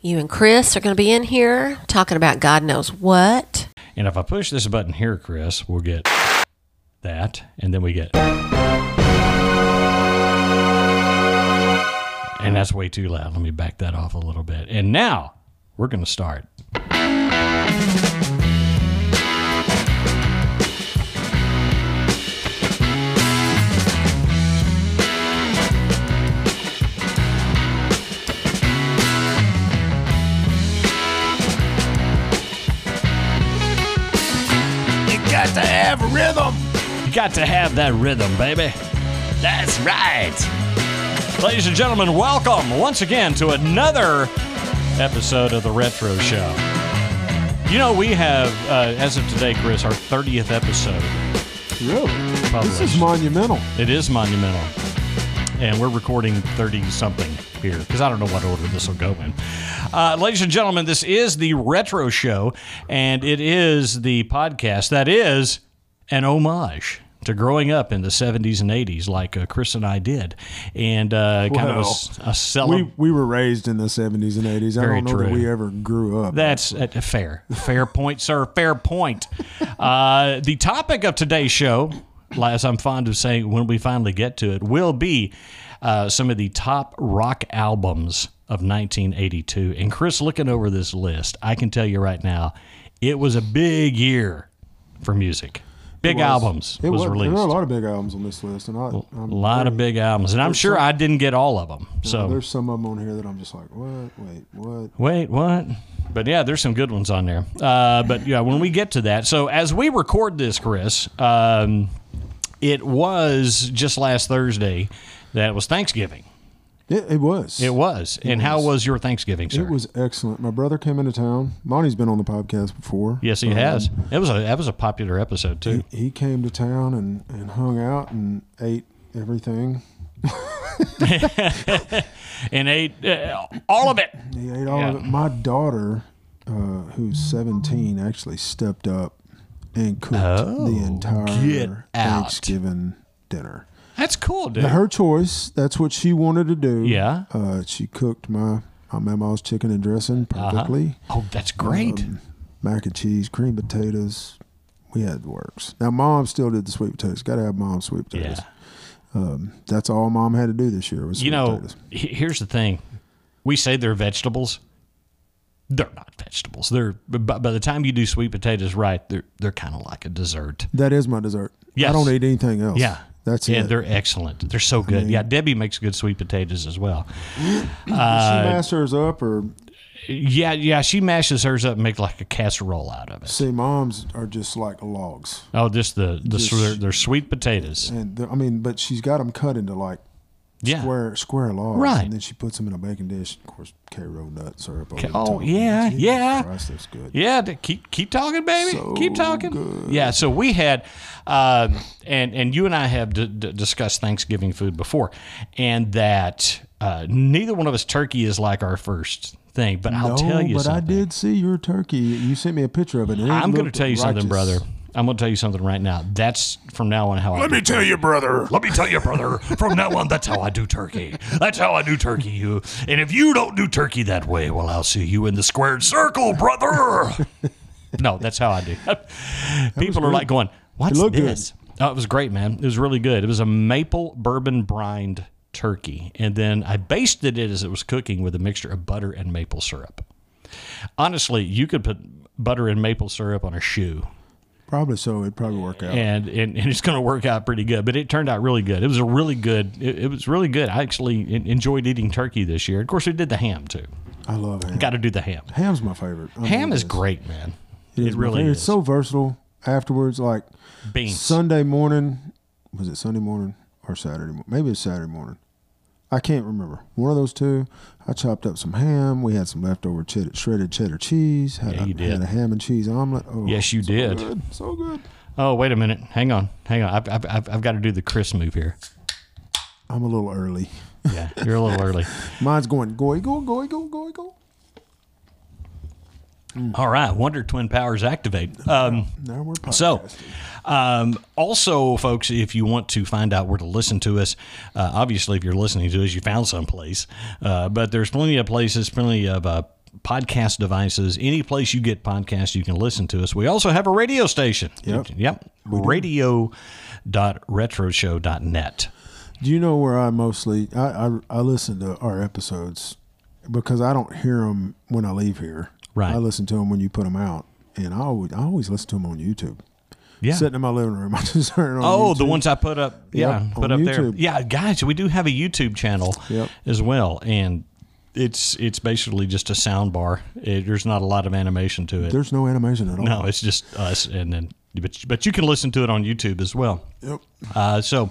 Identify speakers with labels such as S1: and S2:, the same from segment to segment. S1: You and Chris are going to be in here talking about God knows what.
S2: And if I push this button here, Chris, we'll get that, and then we get. And that's way too loud. Let me back that off a little bit. And now we're going to start.
S3: You got to have a rhythm.
S2: You got to have that rhythm, baby. That's right. Ladies and gentlemen, welcome once again to another episode of The Retro Show. You know, we have, uh, as of today, Chris, our 30th episode.
S4: Really? This
S2: Published.
S4: is monumental.
S2: It is monumental. And we're recording 30 something here because I don't know what order this will go in. Uh, ladies and gentlemen, this is the Retro Show, and it is the podcast that is an homage to growing up in the 70s and 80s, like uh, Chris and I did. And uh, kind of a,
S4: Well,
S2: s- a celeb-
S4: We we were raised in the 70s and 80s. I
S2: Very
S4: don't know that
S2: true.
S4: we ever grew up.
S2: That's uh, fair. Fair point, sir. Fair point. Uh, the topic of today's show, as I'm fond of saying when we finally get to it, will be uh, some of the top rock albums of 1982. And Chris, looking over this list, I can tell you right now, it was a big year for music. Big
S4: It was-
S2: albums
S4: It
S2: was,
S4: There were a
S2: released.
S4: lot of big albums on this list, and I,
S2: A
S4: I'm
S2: lot of big albums, and I'm sure I didn't get all of them. So
S4: there's some of them on here that I'm just like, what? Wait, what?
S2: Wait, what? But yeah, there's some good ones on there. Uh, but yeah, when we get to that, so as we record this, Chris, um, it was just last Thursday that it was Thanksgiving.
S4: It, it was.
S2: It was. and how was your Thanksgiving, sir?
S4: It was excellent. My brother came into town. Monty's been on the podcast before.
S2: Yes, he
S4: Um,
S2: has. It was a that was a popular episode too.
S4: He came to town and, and hung out and ate everything.
S2: And ate uh, all of it.
S4: He ate all of
S2: Yeah.
S4: it. My daughter, uh, who's 17, actually stepped up and cooked the entire
S2: Oh, get out.
S4: Thanksgiving dinner.
S2: That's cool, dude.
S4: Her choice. That's what she wanted to do.
S2: Yeah.
S4: Uh, she cooked my my mama's chicken and dressing perfectly.
S2: Oh, that's great.
S4: Mac and cheese, cream potatoes. We had the works. Now mom still did the sweet potatoes. Got to have mom's sweet
S2: yeah.
S4: potatoes. That's all mom had to do this year was
S2: You
S4: sweet
S2: know,
S4: potatoes.
S2: he- here's the thing. We say they're vegetables. They're not vegetables. They're by, by the time you do sweet potatoes right, they're they're kind of like a dessert.
S4: That is my dessert.
S2: Yes.
S4: I don't eat anything else.
S2: Yeah.
S4: That's
S2: yeah,
S4: it.
S2: they're excellent. They're so good. yeah, Debbie makes good sweet potatoes as well.
S4: she masters up or
S2: Yeah, yeah, she mashes hers up and makes like a casserole out of it.
S4: see moms are just like logs
S2: Oh, just the the sw- they're, they're sweet potatoes.
S4: and they're- i mean but she's got them cut into like
S2: Yeah.
S4: square square logs
S2: Right.
S4: and then she puts them in a baking dish of course k-roll nut syrup over the
S2: oh,
S4: top.
S2: yeah,
S4: Jesus
S2: yeah.
S4: Christ, that's good
S2: Yeah, d- keep keep talking, baby.
S4: So
S2: keep talking.
S4: good.
S2: Yeah. So we had, um, and and you and I have d- d- discussed Thanksgiving food before, and that uh, neither one of us turkey is like our first thing. But I'll
S4: no,
S2: tell you
S4: Oh, but
S2: something.
S4: I did see your turkey. You sent me a picture of it. and it
S2: I'm going to
S4: looked
S2: tell you something, brother.
S4: righteous.
S2: I'm going to tell you something right now. That's from now on how I.
S3: Let me tell you, brother.
S2: Let me tell you, brother. From now on, that's how I do turkey. That's how I do turkey. You and if you don't do turkey that way, well, I'll see you in the squared circle, brother. no, that's how I do. People are like going, "What's
S4: looked
S2: this?" Oh, it was great, man. It was really good. It was a maple bourbon brined turkey, and then I basted it as it was cooking with a mixture of butter and maple syrup. Honestly, you could put butter and maple syrup on a shoe
S4: Probably so. It'd probably work out.
S2: and and, and it's going to work out pretty good. But it turned out really good. It was a really good. It, it was really good. I actually en- enjoyed eating turkey this year. Of course, we did the ham too.
S4: I love ham.
S2: Got to do the ham.
S4: Ham's my favorite. I
S2: Ham
S4: mean,
S2: is great, man. It,
S4: my
S2: really
S4: favorite.
S2: is.
S4: It's so versatile. Afterwards, like
S2: beans.
S4: Sunday morning, was it Sunday morning or Saturday? mo- Maybe it's Saturday morning. I can't remember. One of those two. I chopped up some ham. We had some leftover cheddar, shredded cheddar cheese. Had,
S2: Yeah,
S4: a,
S2: you did.
S4: had a ham and cheese omelet. Oh,
S2: Yes, you
S4: so
S2: did.
S4: Good. So good.
S2: oh, wait a minute. Hang on. Hang on. I've, I've, I've, I've got to do the Chris move here.
S4: I'm a little early.
S2: Yeah, you're a little early.
S4: Mine's going goy go goy go goy go.
S2: All right. Wonder Twin powers activate. Um,
S4: Now we're podcasting.
S2: So, um, also, folks, if you want to find out where to listen to us, uh, obviously, if you're listening to us, you found someplace. Uh, but there's plenty of places, plenty of uh, podcast devices, any place you get podcasts, you can listen to us. We also have a radio station.
S4: Yep.
S2: Yep. Radio.retroshow.net.
S4: Do you know where I mostly I, I I listen to our episodes because I don't hear them when I leave here.
S2: Right.
S4: I listen to them when you put them out, and I always I always listen to them on YouTube.
S2: Yeah.
S4: Sitting in my living room, I just turn it on.
S2: Oh,
S4: YouTube.
S2: the ones I put up, yeah,
S4: Yep,
S2: put
S4: on
S2: up there.
S4: YouTube.
S2: Yeah, guys, we do have a YouTube channel
S4: Yep.
S2: as well, and it's it's basically just a sound bar. It, there's not a lot of animation to it.
S4: There's no animation at all.
S2: no, it's just us, and then but but you can listen to it on YouTube as well.
S4: Yep.
S2: Uh, so,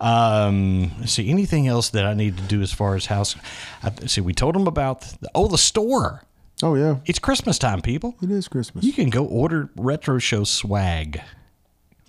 S2: um, let's see anything else that I need to do as far as house? I, see, we told them about the, oh the store.
S4: Oh yeah,
S2: It's Christmas time, people.
S4: it is Christmas.
S2: You can go order retro show swag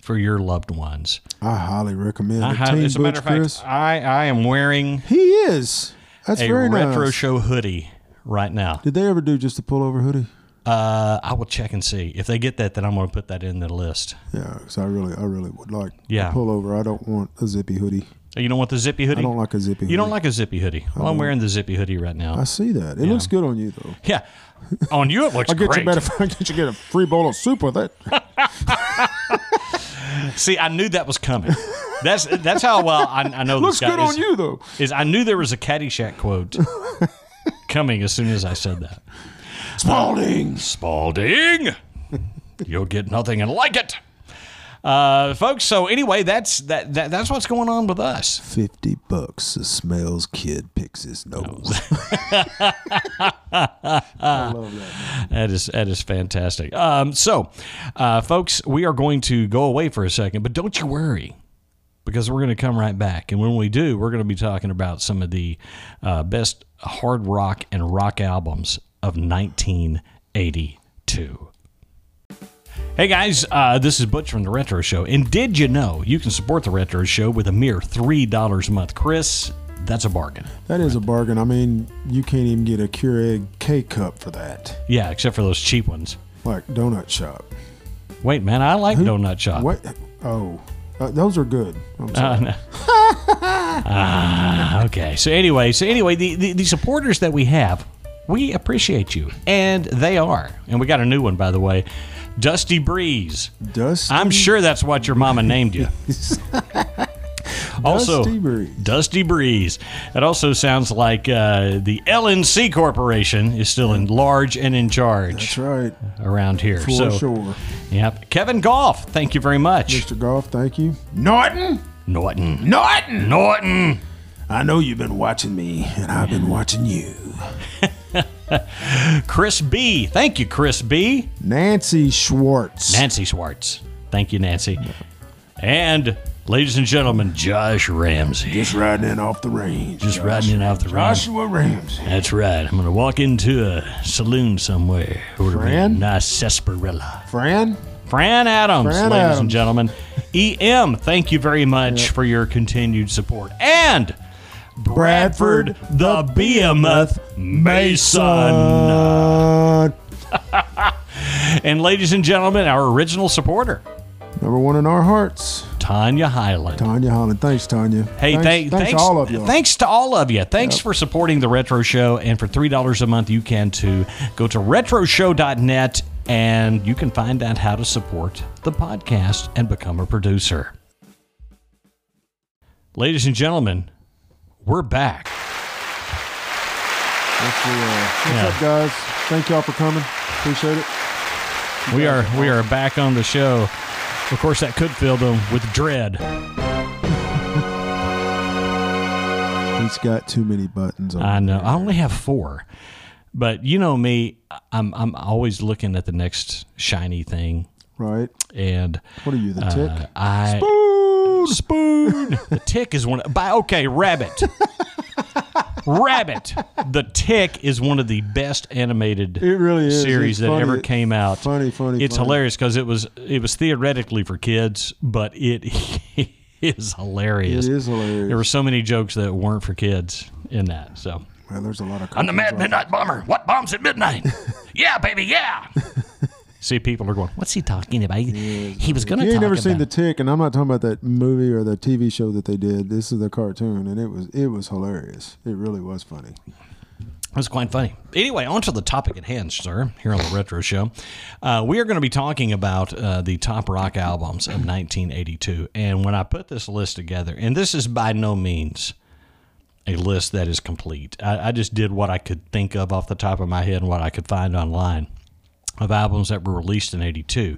S2: for your loved ones.
S4: I highly recommend
S2: I
S4: it.
S2: have,
S4: Team
S2: Uh-huh. as a matter
S4: Butch
S2: of fact,
S4: Chris.
S2: I, I am wearing
S4: he is. That's
S2: a
S4: very
S2: retro
S4: nice.
S2: show hoodie right now.
S4: Did they ever do just a pullover hoodie?
S2: Uh, I will check and see if they get that. Then I'm going to put that in the list.
S4: Yeah, because I really, I really would like
S2: Yeah.
S4: a pullover. I don't want a zippy hoodie.
S2: You don't want the zippy hoodie?
S4: I don't like a zippy. hoodie.
S2: You don't like a zippy hoodie? Well, I'm wearing the zippy hoodie right now.
S4: I see that. It looks good on you though.
S2: yeah, on you it looks
S4: I get you
S2: great.
S4: better. I get you get a free bowl of soup with it.
S2: See, I knew that was coming. That's that's how well I, I know
S4: Looks
S2: this guy
S4: good
S2: is,
S4: on you though.
S2: is I knew there was a Caddyshack quote coming as soon as I said that.
S4: Spalding.
S2: Spalding, you'll get nothing and like it, uh, folks. So anyway, that's that, that that's what's going on with us.
S4: Fifty bucks. The smells kid picks his nose. I love that.
S2: That is that is fantastic. Um, so, uh, folks, we are going to go away for a second, but don't you worry. Because we're going to come right back. And when we do, we're going to be talking about some of the uh, best hard rock and rock albums of 1982. Hey guys, uh, this is Butch from The Retro Show. And did you know you can support The Retro Show with a mere $3 a month? Chris, that's a bargain.
S4: That is a bargain. I mean, you can't even get a Keurig K cup for that.
S2: Yeah, except for those cheap ones.
S4: Like donut shop.
S2: Wait, man, I like Donut Shop.
S4: What? Oh, uh, those are good. I'm sorry.
S2: Uh, Okay. So anyway, so anyway, the, the, the supporters that we have, we appreciate you, and they are. And we got a new one, by the way, Dusty Breeze.
S4: Dusty.
S2: I'm sure that's what your mama named you. also,
S4: Dusty Breeze.
S2: Dusty Breeze. That also sounds like uh, the LNC Corporation is still in large and in charge
S4: That's right.
S2: around here.
S4: For
S2: so,
S4: sure.
S2: Yep. Kevin Goff, thank you very much.
S4: Mr. Goff, thank you.
S3: Norton?
S2: Norton.
S3: Norton!
S2: Norton.
S3: I know you've been watching me, and I've been watching you.
S2: Chris B. Thank you, Chris B.
S4: Nancy Schwartz.
S2: Nancy Schwartz. Thank you, Nancy. And ladies and gentlemen, Josh Ramsey.
S3: Just riding in off the range.
S2: Just riding in off the range.
S3: Joshua Ramsey.
S2: That's right. I'm gonna walk into a saloon somewhere. Order me a
S4: Fran?
S2: nice sarsaparilla.
S4: Fran.
S2: Fran Adams,
S4: Fran
S2: ladies and
S4: Adams.
S2: gentlemen. EM, thank you very much for your continued support. And Bradford, the Behemoth Mason.
S4: Uh,
S2: And ladies and gentlemen, our original supporter,
S4: number one in our hearts,
S2: Tanya Highland.
S4: Tanya Holland. Thanks, Tanya.
S2: Hey, thank-
S4: thanks,
S2: thanks,
S4: thanks to all of you.
S2: Thanks to all of you. Thanks for supporting the Retro Show, and for three dollars a month, you can too. Go to retroshow.net, and you can find out how to support the podcast and become a producer. Ladies and gentlemen, we're back.
S4: Thanks for, uh, what's
S2: Yeah.
S4: up, guys? Thank y'all for coming. Appreciate it.
S2: We are we are back on the show. Of course, that could fill them with dread.
S4: He's got too many buttons on.
S2: I
S4: him.
S2: know. I only have four, but you know me. I'm I'm always looking at the next shiny thing,
S4: Right?
S2: and.
S4: What are you, the
S2: Uh,
S4: tick?
S2: I spoon spoon. the tick is one. By okay, rabbit. rabbit. The tick is one of the best animated
S4: It really is.
S2: series
S4: It's
S2: that
S4: funny.
S2: ever came out.
S4: Funny, funny,
S2: It's
S4: funny.
S2: hilarious because it was it was theoretically for kids, but it is hilarious.
S4: It is hilarious.
S2: There were so many jokes that weren't for kids in that. So
S4: Well, there's a lot of.
S2: I'm the Mad
S4: cartoons
S2: Midnight
S4: out
S2: Bomber. What bombs at midnight? yeah, baby, yeah. See, people are going. What's he talking about? He, he was going
S4: there.
S2: to talk
S4: You ain't never
S2: about.
S4: seen the tick, and I'm not talking about that movie or the TV show that they did. This is the cartoon, and it was it was hilarious. It really was funny.
S2: That's quite funny. Anyway, on to the topic at hand, sir, here on the Retro Show. Uh, we are going to be talking about uh, the top rock albums of 1982. And when I put this list together, and this is by no means a list that is complete, I, I just did what I could think of off the top of my head and what I could find online of albums that were released in 82.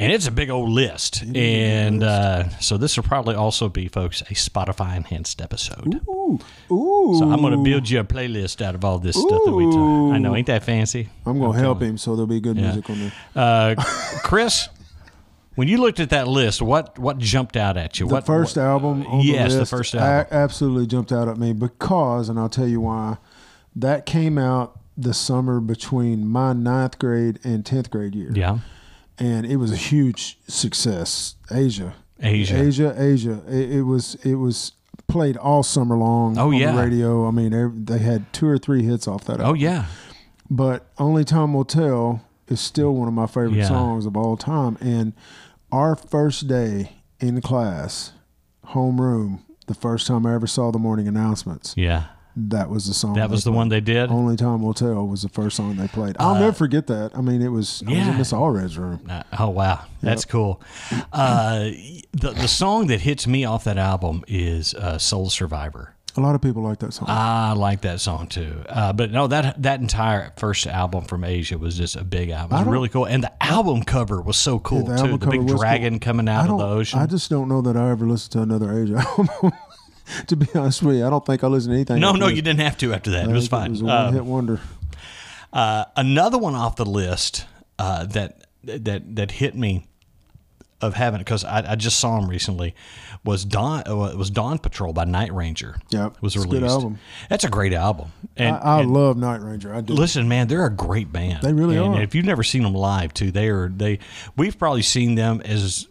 S2: And it's a big old list. And uh, so this will probably also be, folks, a Spotify enhanced episode. So I'm going to build you a playlist out of all this stuff that we talk. I know, ain't that fancy?
S4: I'm gonna help him, so there'll be good music on there.
S2: Uh, Chris, when you looked at that list, what what jumped out at you?
S4: The
S2: what
S4: first
S2: what-
S4: album on
S2: yes,
S4: the
S2: the
S4: list
S2: first
S4: a-
S2: album.
S4: absolutely jumped out at me because, and I'll tell you why, that came out the summer between my ninth grade and 10th grade year.
S2: Yeah,
S4: And it was a huge success. Asia.
S2: Asia.
S4: Asia, Asia. It, it was, it was played all summer long
S2: Oh,
S4: on
S2: yeah.
S4: the radio. I mean, ev- they had two or three hits off that
S2: oh
S4: album.
S2: yeah,
S4: But Only Time Will Tell is still one of my favorite
S2: Yeah.
S4: songs of all time. And our first day in class, homeroom, the first time I ever saw the morning announcements,
S2: yeah.
S4: that was the song.
S2: That was the one they did.
S4: Only Time Will Tell was the first song they played. I'll never forget that. I mean, it was, I was
S2: yeah.
S4: in Miss Allred's room.
S2: Uh, oh wow, that's cool. Uh, the the song that hits me off that album is uh, "Soul Survivor."
S4: A lot of people like that song.
S2: I like that song too. Uh, but no, that that entire first album from Asia was just a big album. It was really cool, and the album cover was so cool
S4: the
S2: too.
S4: album
S2: The
S4: cover
S2: big
S4: was cool.
S2: dragon coming
S4: I
S2: out of
S4: don't,
S2: the ocean.
S4: I just don't know that I ever listened to another Asia album. to be honest with you, I don't think I listened to anything.
S2: no,
S4: after
S2: no,
S4: this.
S2: you didn't have to after that. It
S4: I
S2: was
S4: think
S2: fine.
S4: It was a
S2: Uh,
S4: one hit wonder.
S2: Uh, another one off the list uh, that that that hit me of having because I, I just saw him recently was Dawn uh, it was Dawn Patrol by Night Ranger.
S4: Yep.
S2: was
S4: It's a
S2: released.
S4: good album.
S2: That's a great album. And,
S4: I, I love Night Ranger. I do.
S2: Listen, man, they're a great band.
S4: They really
S2: and
S4: are.
S2: If you've never seen them live, too, they are. They we've probably seen them as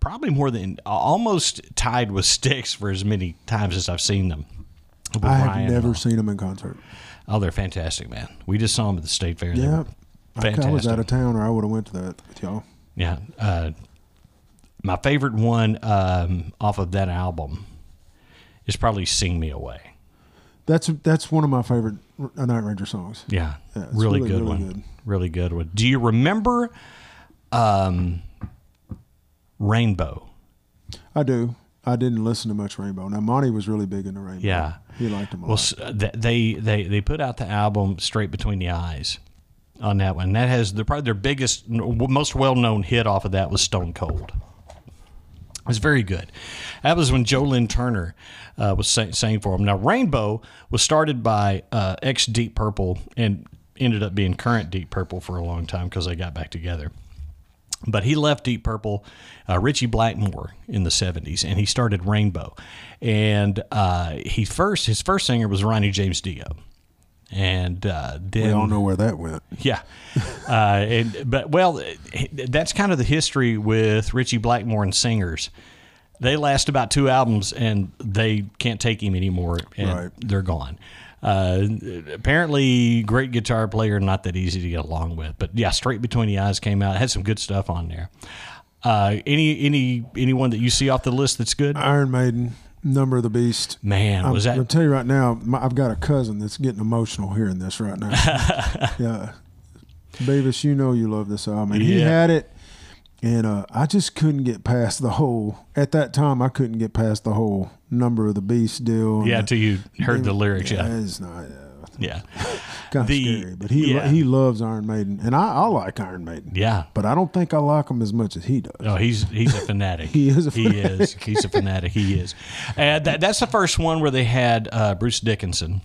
S2: probably more than almost tied with Sticks for as many times as I've seen them. With
S4: I
S2: Ryan
S4: have
S2: and
S4: never
S2: all.
S4: seen them in concert.
S2: Oh, they're fantastic, man. We just saw them at the state fair. and they
S4: Yeah,
S2: were
S4: I, I was
S2: fantastic.
S4: out of town, or I would have went to that with y'all.
S2: Yeah. Uh, my favorite one um, off of that album is probably "Sing Me Away."
S4: That's that's one of my favorite uh, Night Ranger songs.
S2: Yeah,
S4: Yeah, it's
S2: really,
S4: really,
S2: good
S4: really
S2: one.
S4: good.
S2: Really good one. Do you remember um, "Rainbow"?
S4: I do. I didn't listen to much Rainbow. Now Monty was really big into Rainbow.
S2: Yeah.
S4: he liked them a
S2: Well,
S4: lot.
S2: s- uh, th- they they they put out the album "Straight Between the Eyes" on that one. That has the probably their biggest, n- w- most well-known hit off of that was "Stone Cold." It was very good. That was when Jolyn Turner uh, was sang, sang for them. Now, Rainbow was started by uh, ex Deep Purple and ended up being current Deep Purple for a long time because they got back together. But he left Deep Purple, uh, Richie Blackmore in the '70s, and he started Rainbow. And uh, he first his first singer was Ronnie James Dio, and uh, then
S4: we all know where that went.
S2: yeah. Uh, and, but, well, eh, that's kind of the history with Richie Blackmore and singers. They last about two albums and they can't take him anymore and
S4: Right.
S2: they're gone. Uh, apparently, great guitar player, not that easy to get along with. But yeah, Straight Between the Eyes came out. It had some good stuff on there. Uh, any any anyone that you see off the list that's good?
S4: Iron Maiden, Number of the Beast.
S2: Man,
S4: I'm,
S2: was
S4: Um, I'll
S2: that
S4: tell you right now, my, I've got a cousin that's getting emotional hearing this right now. yeah, Beavis, you know you love this album, and he
S2: Yeah.
S4: had it, and uh, I just couldn't get past the whole. At that time, I couldn't get past the whole number of the beast deal. and
S2: yeah?
S4: the-
S2: Till you heard the lyrics, yeah,
S4: it's not. Uh,
S2: yeah,
S4: kind of
S2: The-
S4: scary, but he
S2: yeah.
S4: he loves Iron Maiden, and I, I like Iron Maiden.
S2: yeah.
S4: but I don't think I like him as much as he does.
S2: No, Oh, he's he's a fanatic.
S4: He is a
S2: He is. He's a fanatic. He is. And that, that's the first one where they had uh, Bruce Dickinson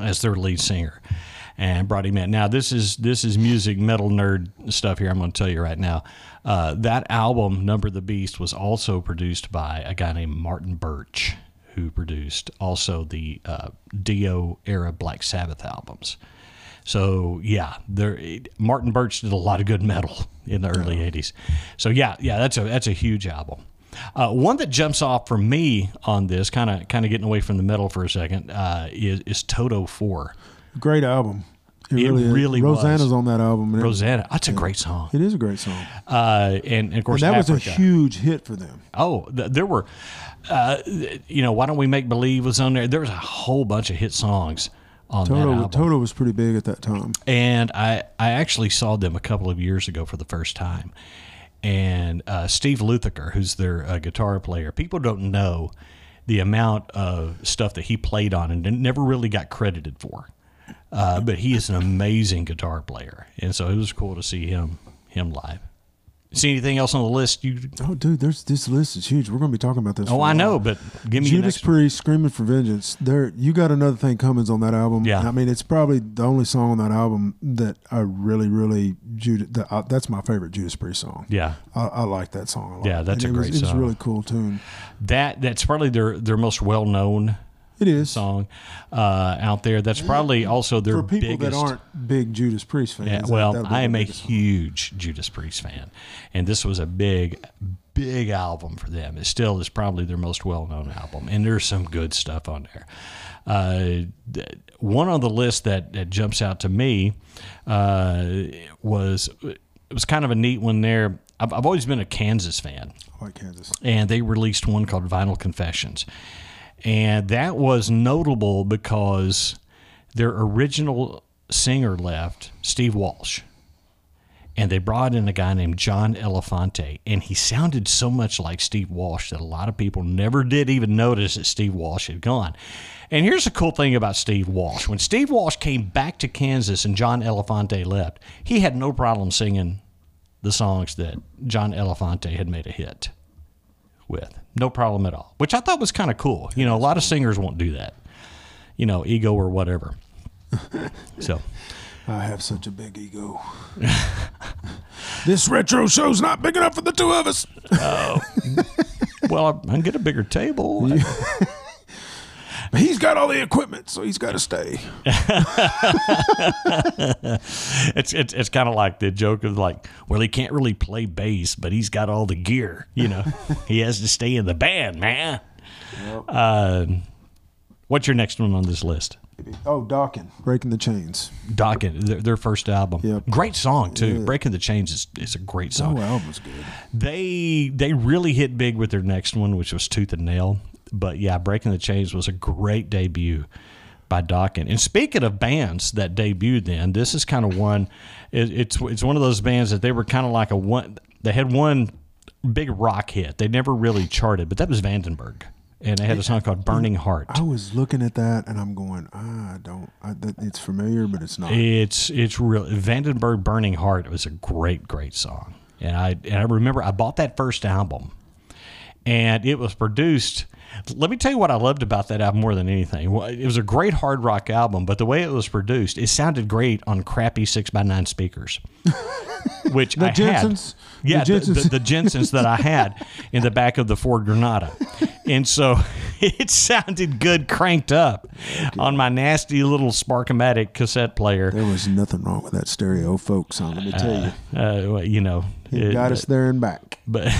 S2: as their lead singer and brought him in. Now this is this is music metal nerd stuff here. I'm going to tell you right now. Uh, that album Number of the Beast was also produced by a guy named Martin Birch, who produced also the uh, Dio era Black Sabbath albums. So yeah, there Martin Birch did a lot of good metal in the early '80s. So yeah, yeah, that's a that's a huge album. Uh, one that jumps off for me on this, kind of kind of getting away from the metal for a second, uh, is, is Toto Four.
S4: Great album. It,
S2: It
S4: is.
S2: really was.
S4: Rosanna's on that album. And it-
S2: Rosanna, that's a great song.
S4: it is a great song.
S2: Uh, and, and of course,
S4: And that was a
S2: Africa.
S4: huge hit for them.
S2: Oh, th- there were, uh, you know, why don't we make believe was on there? There was a whole bunch of hit songs on that
S4: Toto,
S2: album.
S4: Toto was pretty big at that time.
S2: and I I actually saw them a couple of years ago for the first time. And uh, Steve Lukather, who's their uh, guitar player, people don't know the amount of stuff that he played on and never really got credited for. Uh, but he is an amazing guitar player, and so it was cool to see him him live. See anything else on the list? You?
S4: Oh, dude, there's this list is huge. We're going to be talking about this. for
S2: Oh,
S4: a
S2: I know,
S4: while.
S2: but give me your
S4: Judas
S2: next one.
S4: Priest, "Screaming for Vengeance." There, you got another thing Cummins on that album.
S2: Yeah.
S4: I mean, it's probably the only song on that album that I really, really Judas. That, uh, that's my favorite Judas Priest song.
S2: Yeah,
S4: I, I like that song a lot.
S2: Yeah, that's
S4: And
S2: a
S4: it was-
S2: great
S4: It's a
S2: song.
S4: really cool tune.
S2: that that's probably their their most well known
S4: It is
S2: song uh, out there. That's probably also their
S4: for people
S2: biggest.
S4: that aren't big Judas Priest fans.
S2: Yeah,
S4: that-
S2: well,
S4: that'd be
S2: I
S4: the
S2: am a
S4: biggest one.
S2: huge Judas Priest fan, and this was a big, big album for them. It still is probably their most well-known album, and there's some good stuff on there. Uh, th- one on the list that, that jumps out to me uh, was it was kind of a neat one there. I've, I've always been a Kansas fan
S4: I like Kansas.
S2: and they released one called Vinyl Confessions. And that was notable because their original singer left, Steve Walsh. And they brought in a guy named John Elefante, and he sounded so much like Steve Walsh that a lot of people never did even notice that Steve Walsh had gone. And here's the cool thing about Steve Walsh. When Steve Walsh came back to Kansas and John Elefante left, he had no problem singing the songs that John Elefante had made a hit with. No problem at all. Which I thought was kind of cool. You know, a lot of singers won't do that. You know, ego or whatever. so,
S4: I have such a big ego.
S3: This retro show's not big enough for the two of us.
S2: well, I can get a bigger table.
S3: He's got all the equipment, so he's got to stay.
S2: It's it's, it's kind of like the joke of like, well, he can't really play bass, but he's got all the gear. You know, he has to stay in the band, man. Uh, what's your next one on this list?
S4: Oh, Dawkins, Breaking the Chains.
S2: Docket, their, their first album.
S4: Yep.
S2: Great song, too. Breaking the Chains is, is a great song.
S4: Oh, album's good.
S2: they they really hit big with their next one, which was Tooth and Nail. But yeah, Breaking the Chains was a great debut by Dawkins. And speaking of bands that debuted, then this is kind of one. It, it's it's one of those bands that they were kind of like a one. They had one big rock hit. They never really charted, but that was Vandenberg, and they had a song called "Burning Heart."
S4: I was looking at that and I'm going, "Ah, I don't. I, that, it's familiar, but it's not.
S2: It's it's real. Vandenberg Burning Heart was a great great song, and I and I remember I bought that first album, and it was produced. Let me tell you what I loved about that album more than anything. Well, It was a great hard rock album, but the way it was produced, it sounded great on crappy six by nine speakers. Which I
S4: Jensens.
S2: had,
S4: The
S2: yeah, the Jensens.
S4: Jensens.
S2: The, the Jensens that I had in the back of the Ford Granada, and so it sounded good cranked up on my nasty little Sparkomatic cassette player.
S4: There was nothing wrong with that stereo, folks. On let me tell you,
S2: uh, well, you know,
S4: it
S2: it-
S4: got us there and back.
S2: But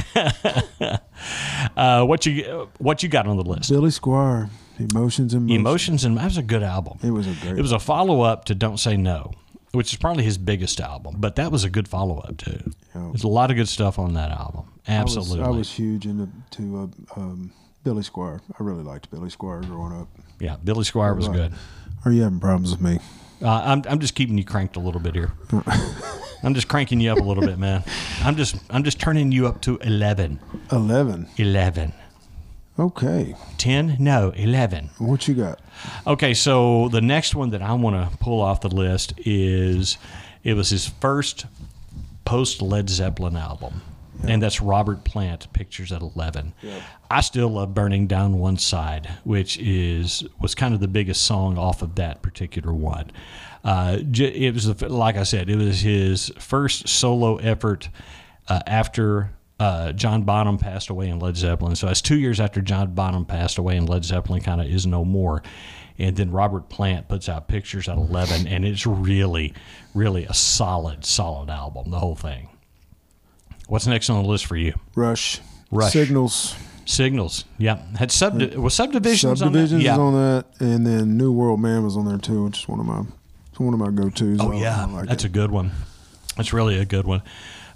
S2: uh, what you what you got on the list?
S4: Billy Squire, emotions and Motion.
S2: Emotions and that was a good album.
S4: It was a great.
S2: It was a follow up to Don't Say No, which is probably his biggest album. But that was a good follow up too. There's a lot of good stuff on that album.
S4: I was-
S2: Absolutely.
S4: I was, huge into to uh, um, Billy Squire. I really liked Billy Squire growing up.
S2: yeah, Billy Squire was good.
S4: Are you having problems with me?
S2: Uh, I'm I'm just keeping you cranked a little bit here. I'm just cranking you up a little bit, man. I'm just I'm just turning you up to 11.
S4: Eleven.
S2: 11.
S4: Okay,
S2: 10? No, 11.
S4: what you got?
S2: Okay, so the next one that I want to pull off the list is it was his first post Led Zeppelin album, and that's Robert Plant, Pictures at Eleven. I still love Burning Down One Side, which is was kind of the biggest song off of that particular one. Uh, j- it was the f- like I said, it was his first solo effort uh, after uh, John Bonham passed away in Led Zeppelin. So that's two years after John Bonham passed away, and Led Zeppelin kind of is no more. And then Robert Plant puts out Pictures at 11, and it's really, really a solid, solid album, the whole thing. What's next on the list for you?
S4: Rush.
S2: Rush.
S4: Signals.
S2: Signals. Yeah. Had subdi- was subdivisions, on that?
S4: Subdivisions
S2: Yeah.
S4: is on that, and then New World Man was on there too, which is one of my it's one of my go tos.
S2: oh, yeah. That's a good one. That's really a good one.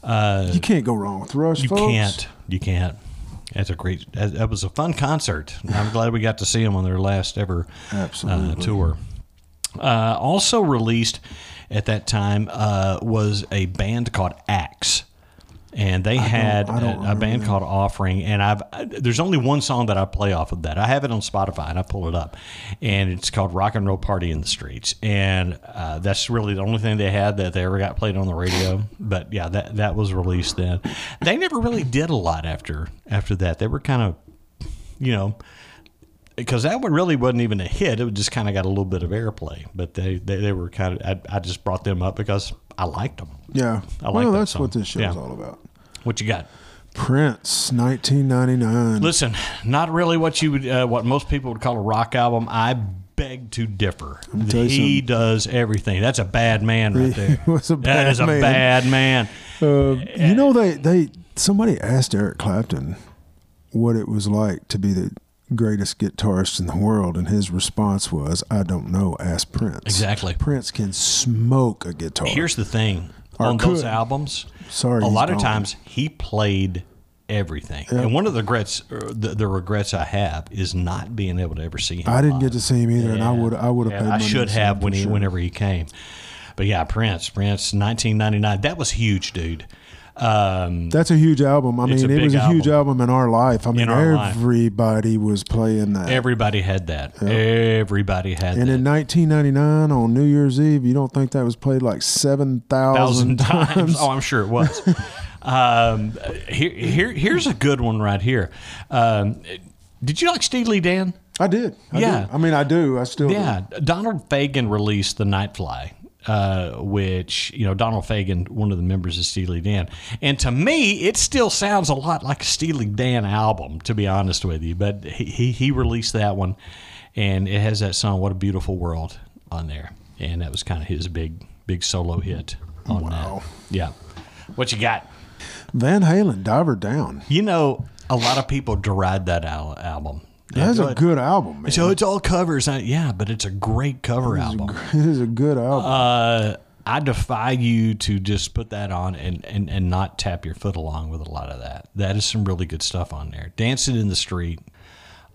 S2: Uh,
S4: you can't go wrong with Rush.
S2: You
S4: folks.
S2: can't. You can't. That's a great. That, that was a fun concert. I'm glad we got to see them on their last ever uh,
S4: Absolutely.
S2: tour. Uh, also released at that time uh, was a band called Axe. And they had
S4: I don't
S2: a, a
S4: remember
S2: band called Offering, and I've I- there's only one song that I play off of that. I have it on Spotify, and I pull it up, and it's called "Rock and Roll Party in the Streets," and uh, that's really the only thing they had that they ever got played on the radio. But yeah, that that was released then. They never really did a lot after after that. They were kind of, you know, because that one really wasn't even a hit. It just kind of got a little bit of airplay, but they they, they were kind of. I, I just brought them up because I liked them.
S4: Yeah.
S2: I like
S4: well,
S2: that
S4: that's
S2: song.
S4: what this show
S2: Yeah.
S4: is all about.
S2: What you got?
S4: Prince, 1999.
S2: Listen, not really what you would, uh, what most people would call a rock album. I beg to differ.
S4: tell you
S2: He
S4: something.
S2: does everything. That's a bad man right there.
S4: was a
S2: that
S4: bad
S2: is a
S4: man.
S2: bad man.
S4: Uh, you know they they somebody asked Eric Clapton what it was like to be the greatest guitarist in the world, and his response was, "I don't know. Ask Prince."
S2: Exactly.
S4: Prince can smoke a guitar.
S2: Here's the thing
S4: Or
S2: on those
S4: could.
S2: albums.
S4: Sorry,
S2: a
S4: he's
S2: lot of
S4: gone.
S2: times he played everything. And one of the regrets, er, the, the regrets I have, is not being able to ever see him.
S4: I didn't
S2: live.
S4: get to see him either, and I would I would have.
S2: Yeah,
S4: paid
S2: I
S4: money to
S2: should
S4: see him
S2: have when
S4: for
S2: he
S4: sure.
S2: whenever he came. But yeah, Prince, Prince, 1999. That was huge, dude. Um,
S4: That's a huge album. I
S2: It's
S4: mean,
S2: a
S4: it was a
S2: big
S4: huge album in our life. I mean,
S2: our life.
S4: everybody was playing that.
S2: everybody had that. Everybody had
S4: and
S2: that.
S4: in 1999, on New Year's Eve, you don't think that was played like 7,000
S2: thousand
S4: times?
S2: times. Oh, I'm sure it was. um, here, here, here's a good one right here. Um, did you like Steely Dan?
S4: I did. I
S2: Yeah.
S4: did. I mean, I do. I still do.
S2: Yeah, Donald Fagen released the Nightfly, uh, which you know Donald Fagen, one of the members of Steely Dan, and to me, it still sounds a lot like a Steely Dan album, to be honest with you. But he he, he released that one, and it has that song "What a Beautiful World" on there, and that was kind of his big big solo hit on
S4: Wow.
S2: that. Yeah, what you got?
S4: Van Halen, Diver Down.
S2: You know, a lot of people deride that al- album.
S4: That's
S2: They
S4: a
S2: do it.
S4: good album, man.
S2: So it's all covers, Uh, yeah, but it's a great cover album.
S4: It is a good album.
S2: Uh, I defy you to just put that on and, and, and not tap your foot along with a lot of that. That is some really good stuff on there. Dancing in the Street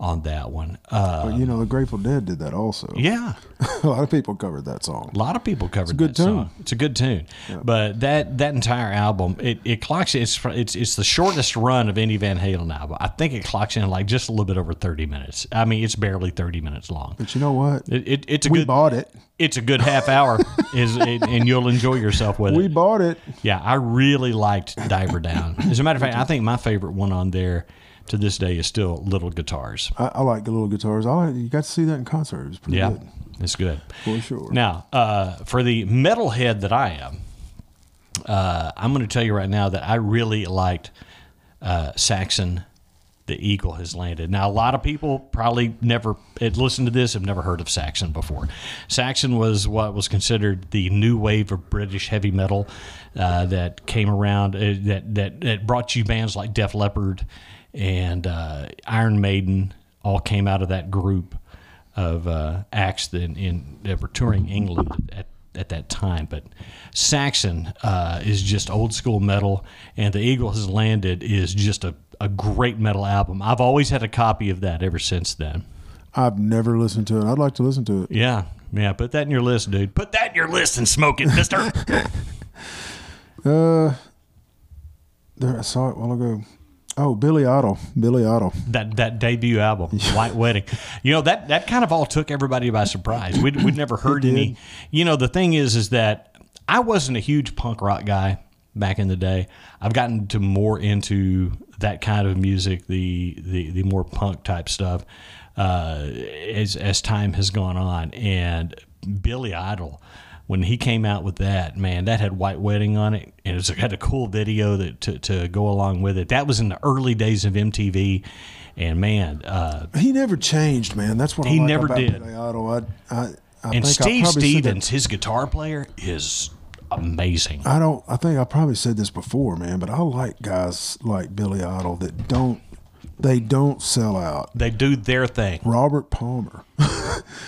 S2: on that one. Uh,
S4: but, you know, the Grateful Dead did that also.
S2: yeah,
S4: a lot of people covered that song.
S2: a lot of people covered
S4: good
S2: that
S4: tune.
S2: song. It's a good tune. But that that entire album, it, it clocks it's fr- it's it's the shortest run of any Van Halen album. I think it clocks in like just a little bit over 30 minutes. I mean, it's barely 30 minutes long.
S4: But you know what?
S2: It, it, it's a
S4: we
S2: good
S4: bought it.
S2: it's a good half hour is and you'll enjoy yourself with
S4: We
S2: it.
S4: bought it.
S2: Yeah, I really liked Diver Down. As a matter of fact, I think my favorite one on there to this day is still Little Guitars.
S4: I, I like the little guitars. I like, you got to see that in concert. It was pretty
S2: Yeah,
S4: good.
S2: it's good.
S4: For sure.
S2: Now, uh, for the metalhead that I am, uh, I'm going to tell you right now that I really liked uh, Saxon. The Eagle has landed. Now, a lot of people probably never had listened to this, have never heard of Saxon before. Saxon was what was considered the new wave of British heavy metal uh, that came around, uh, that, that, that brought you bands like Def Leppard and uh, Iron Maiden, all came out of that group of uh, acts that, in, that were touring England at, at that time. But Saxon uh, is just old school metal, and The Eagle Has Landed is just a, a great metal album. I've always had a copy of that ever since then.
S4: I've never listened to it. I'd like to listen to it.
S2: Yeah, yeah, put that in your list, dude. Put that in your list and smoke it, mister.
S4: Uh, there, I saw it a while ago. Oh, Billy Idol. Billy Idol.
S2: that that debut album, White Wedding. You know that that kind of all took everybody by surprise. We'd, we'd never heard any. You know the thing is, is that I wasn't a huge punk rock guy back in the day. I've gotten to more into that kind of music, the the, the more punk type stuff, uh, as as time has gone on. And Billy Idol. When he came out with that, man, that had White Wedding on it, and it was- it had a cool video that to, to go along with it. That was in the early days of MTV, and man, uh,
S4: He never changed, man. That's what
S2: He
S4: I like
S2: never
S4: about
S2: did.
S4: Billy Idol. I, I, I
S2: and
S4: think I
S2: Steve
S4: probably said that-
S2: Stevens, his guitar player, is amazing.
S4: I don't. I think I probably said this before, man. But I like guys like Billy Idol that don't. They don't sell out.
S2: They do their thing.
S4: Robert Palmer.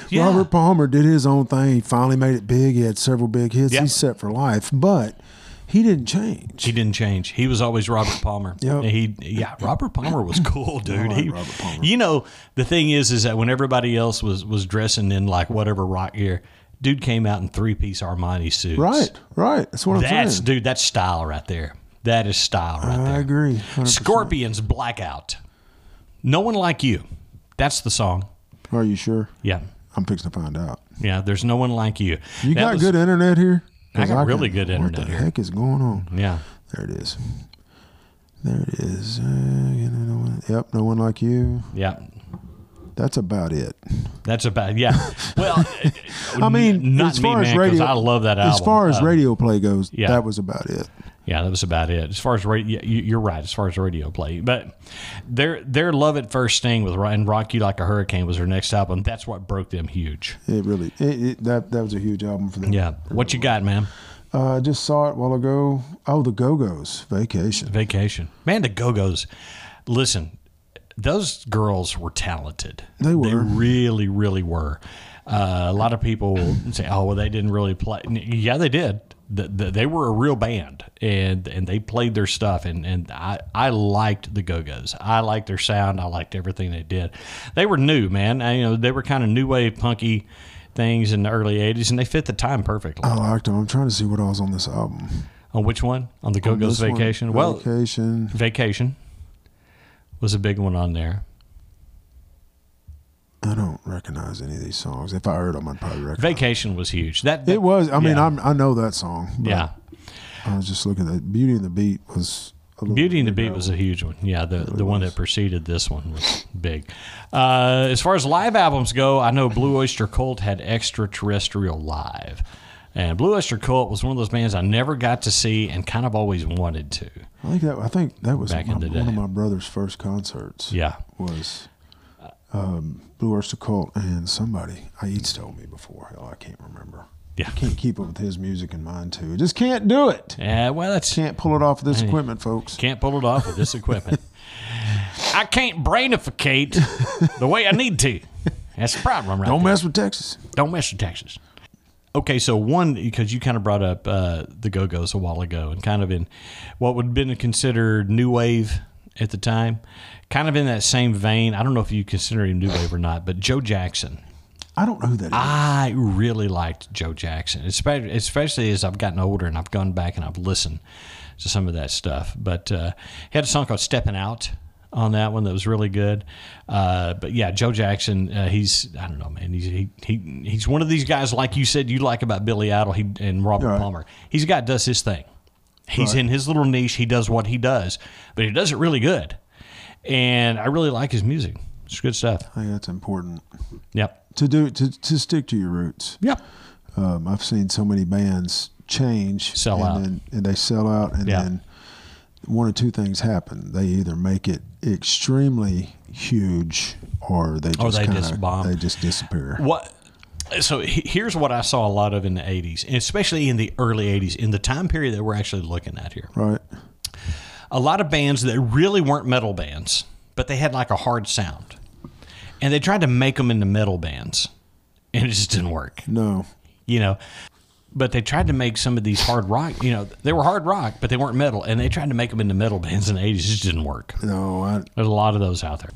S2: Yeah.
S4: Robert Palmer did his own thing. He finally made it big. He had several big hits.
S2: Yeah.
S4: He's set for life, but he didn't change.
S2: He didn't change. He was always Robert Palmer.
S4: Yep.
S2: And He yeah, Robert Palmer was cool, dude.
S4: like
S2: He-
S4: Robert Palmer.
S2: You know, the thing is is that when everybody else was was dressing in like whatever rock gear, Dude came out in three piece Armani suits.
S4: Right, right. That's what I'm
S2: That's
S4: saying.
S2: dude. That's style right there. That is style right
S4: I
S2: there.
S4: agree. 100%.
S2: Scorpions Blackout. No one like you. That's the song.
S4: Are you sure?
S2: Yeah.
S4: I'm fixing to find out.
S2: Yeah, there's no one like you.
S4: You
S2: That
S4: got
S2: was-
S4: good internet here?
S2: I
S4: 'Cause
S2: got really
S4: can-
S2: good internet
S4: What the
S2: here.
S4: heck is going on?
S2: Yeah.
S4: There it is. There it is. Uh, you know, no one, yep, no one like you.
S2: Yeah.
S4: That's about it.
S2: That's about yeah. Well,
S4: I mean,
S2: not
S4: as far
S2: me,
S4: as
S2: man, 'cause
S4: radio,
S2: I love that album.
S4: As far as
S2: Uh,
S4: radio play goes,
S2: yeah.
S4: that was about it.
S2: Yeah, that was about it. As far as radio, you, you're right. As far as radio play, but their their love at first sting with Ryan Rock You Like a Hurricane was their next album. That's what broke them huge.
S4: It really it, it, that that was a huge album for them.
S2: Yeah. What you got, man?
S4: Uh, I just saw it a while ago. Oh, the Go Go's Vacation.
S2: Vacation. Man, the Go Go's. Listen, those girls were talented.
S4: They were.
S2: They really, really were. Uh, a lot of people say, "Oh, well, they didn't really play." N- Yeah, they did. Th- th- They were a real band, and and they played their stuff, and and I I liked the Go Go's. I liked their sound. I liked everything they did. They were new, man. I, you know, they were kind of new wave punky things in the early '80s, and they fit the time perfectly.
S4: I liked them. I'm trying to see what else on this album.
S2: On which one? On the Go
S4: On
S2: Go's
S4: this one, Oh,
S2: Vacation. Well,
S4: vacation.
S2: Vacation was a big one on there.
S4: I don't recognize any of these songs. If I heard them, I'd probably recognize.
S2: Vacation was huge. That,
S4: It was. I mean,
S2: yeah.
S4: I'm, I know that song. but
S2: yeah.
S4: I was just looking at that. Beauty and the Beat was. A little
S2: Beauty and the
S4: bigger.
S2: Beat was a huge one. Yeah, the the one that preceded this one was big. Uh, as far as live albums go, I know Blue Oyster Cult had Extraterrestrial live, and Blue Oyster Cult was one of those bands I never got to see and kind of always wanted to.
S4: I think that I think that was
S2: Back
S4: my-
S2: in the
S4: one
S2: day.
S4: of my brother's first concerts.
S2: Yeah.
S4: was um, Blue Oyster Cult and somebody I he's told me before. Hell, I can't remember.
S2: Yeah.
S4: Can't keep up with his music and mine too. Just can't do it.
S2: Yeah. Well, that's
S4: Can't pull it off with this equipment, folks.
S2: Can't pull it off with this equipment. I can't brainificate the way I need to. That's the problem right
S4: Don't
S2: there.
S4: mess with Texas.
S2: Don't mess with Texas. Okay, so one because you kind of brought up uh, the Go Go's a while ago, and kind of in what would have been considered new wave at the time, kind of in that same vein. I don't know if you consider him new wave or not, but Joe Jackson.
S4: I don't know who that is.
S2: I really liked Joe Jackson, especially, especially as I've gotten older and I've gone back and I've listened to some of that stuff. But uh, he had a song called "Stepping Out" on that one that was really good. Uh, but yeah, Joe Jackson, uh, he's I don't know, man. He's he, he he's one of these guys like you said you like about Billy Idol he, and Robert
S4: Right.
S2: Palmer. He's got does his thing. He's in his little niche. He does what he does, but he does it really good. And I really like his music. It's good stuff.
S4: I think that's important
S2: Yep.
S4: to do to to stick to your roots.
S2: Yep.
S4: Um, I've seen so many bands change,
S2: Sell
S4: and
S2: out.
S4: then, and they sell out, and
S2: Yeah.
S4: then one or two things happen. They either make it extremely huge, or they just
S2: Or they
S4: kinda,
S2: just bomb.
S4: They just disappear.
S2: What? So he- here's what I saw a lot of in the '80s, and especially in the early '80s, in the time period that we're actually looking at here.
S4: Right?
S2: A lot of bands that really weren't metal bands, but they had like a hard sound, and they tried to make them into metal bands, and it just didn't work
S4: No,
S2: you know. But they tried to make some of these hard rock, you know, they were hard rock, but they weren't metal, and they tried to make them into metal bands in the '80s. It just didn't work.
S4: no. I,
S2: There's a lot of those out there.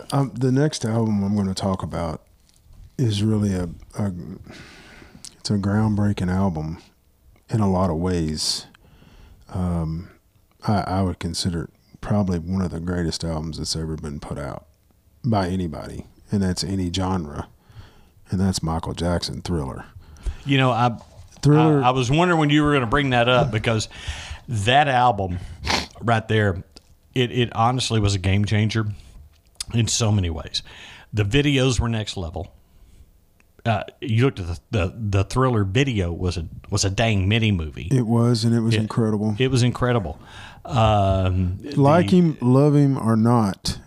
S4: I, i Um, the next album I'm going to talk about is really a, a it's a groundbreaking album in a lot of ways. Um, I, I would consider it probably one of the greatest albums that's ever been put out by anybody, and that's any genre, and that's Michael Jackson Thriller.
S2: You know, I,
S4: Thriller-
S2: I I was wondering when you were going to bring that up because that album right there, it it honestly was a game changer in so many ways. The videos were next level. Uh, you looked at the, the the thriller video was a was a dang mini movie.
S4: It was, and it was incredible.
S2: It was incredible. Um,
S4: like him, love him or not,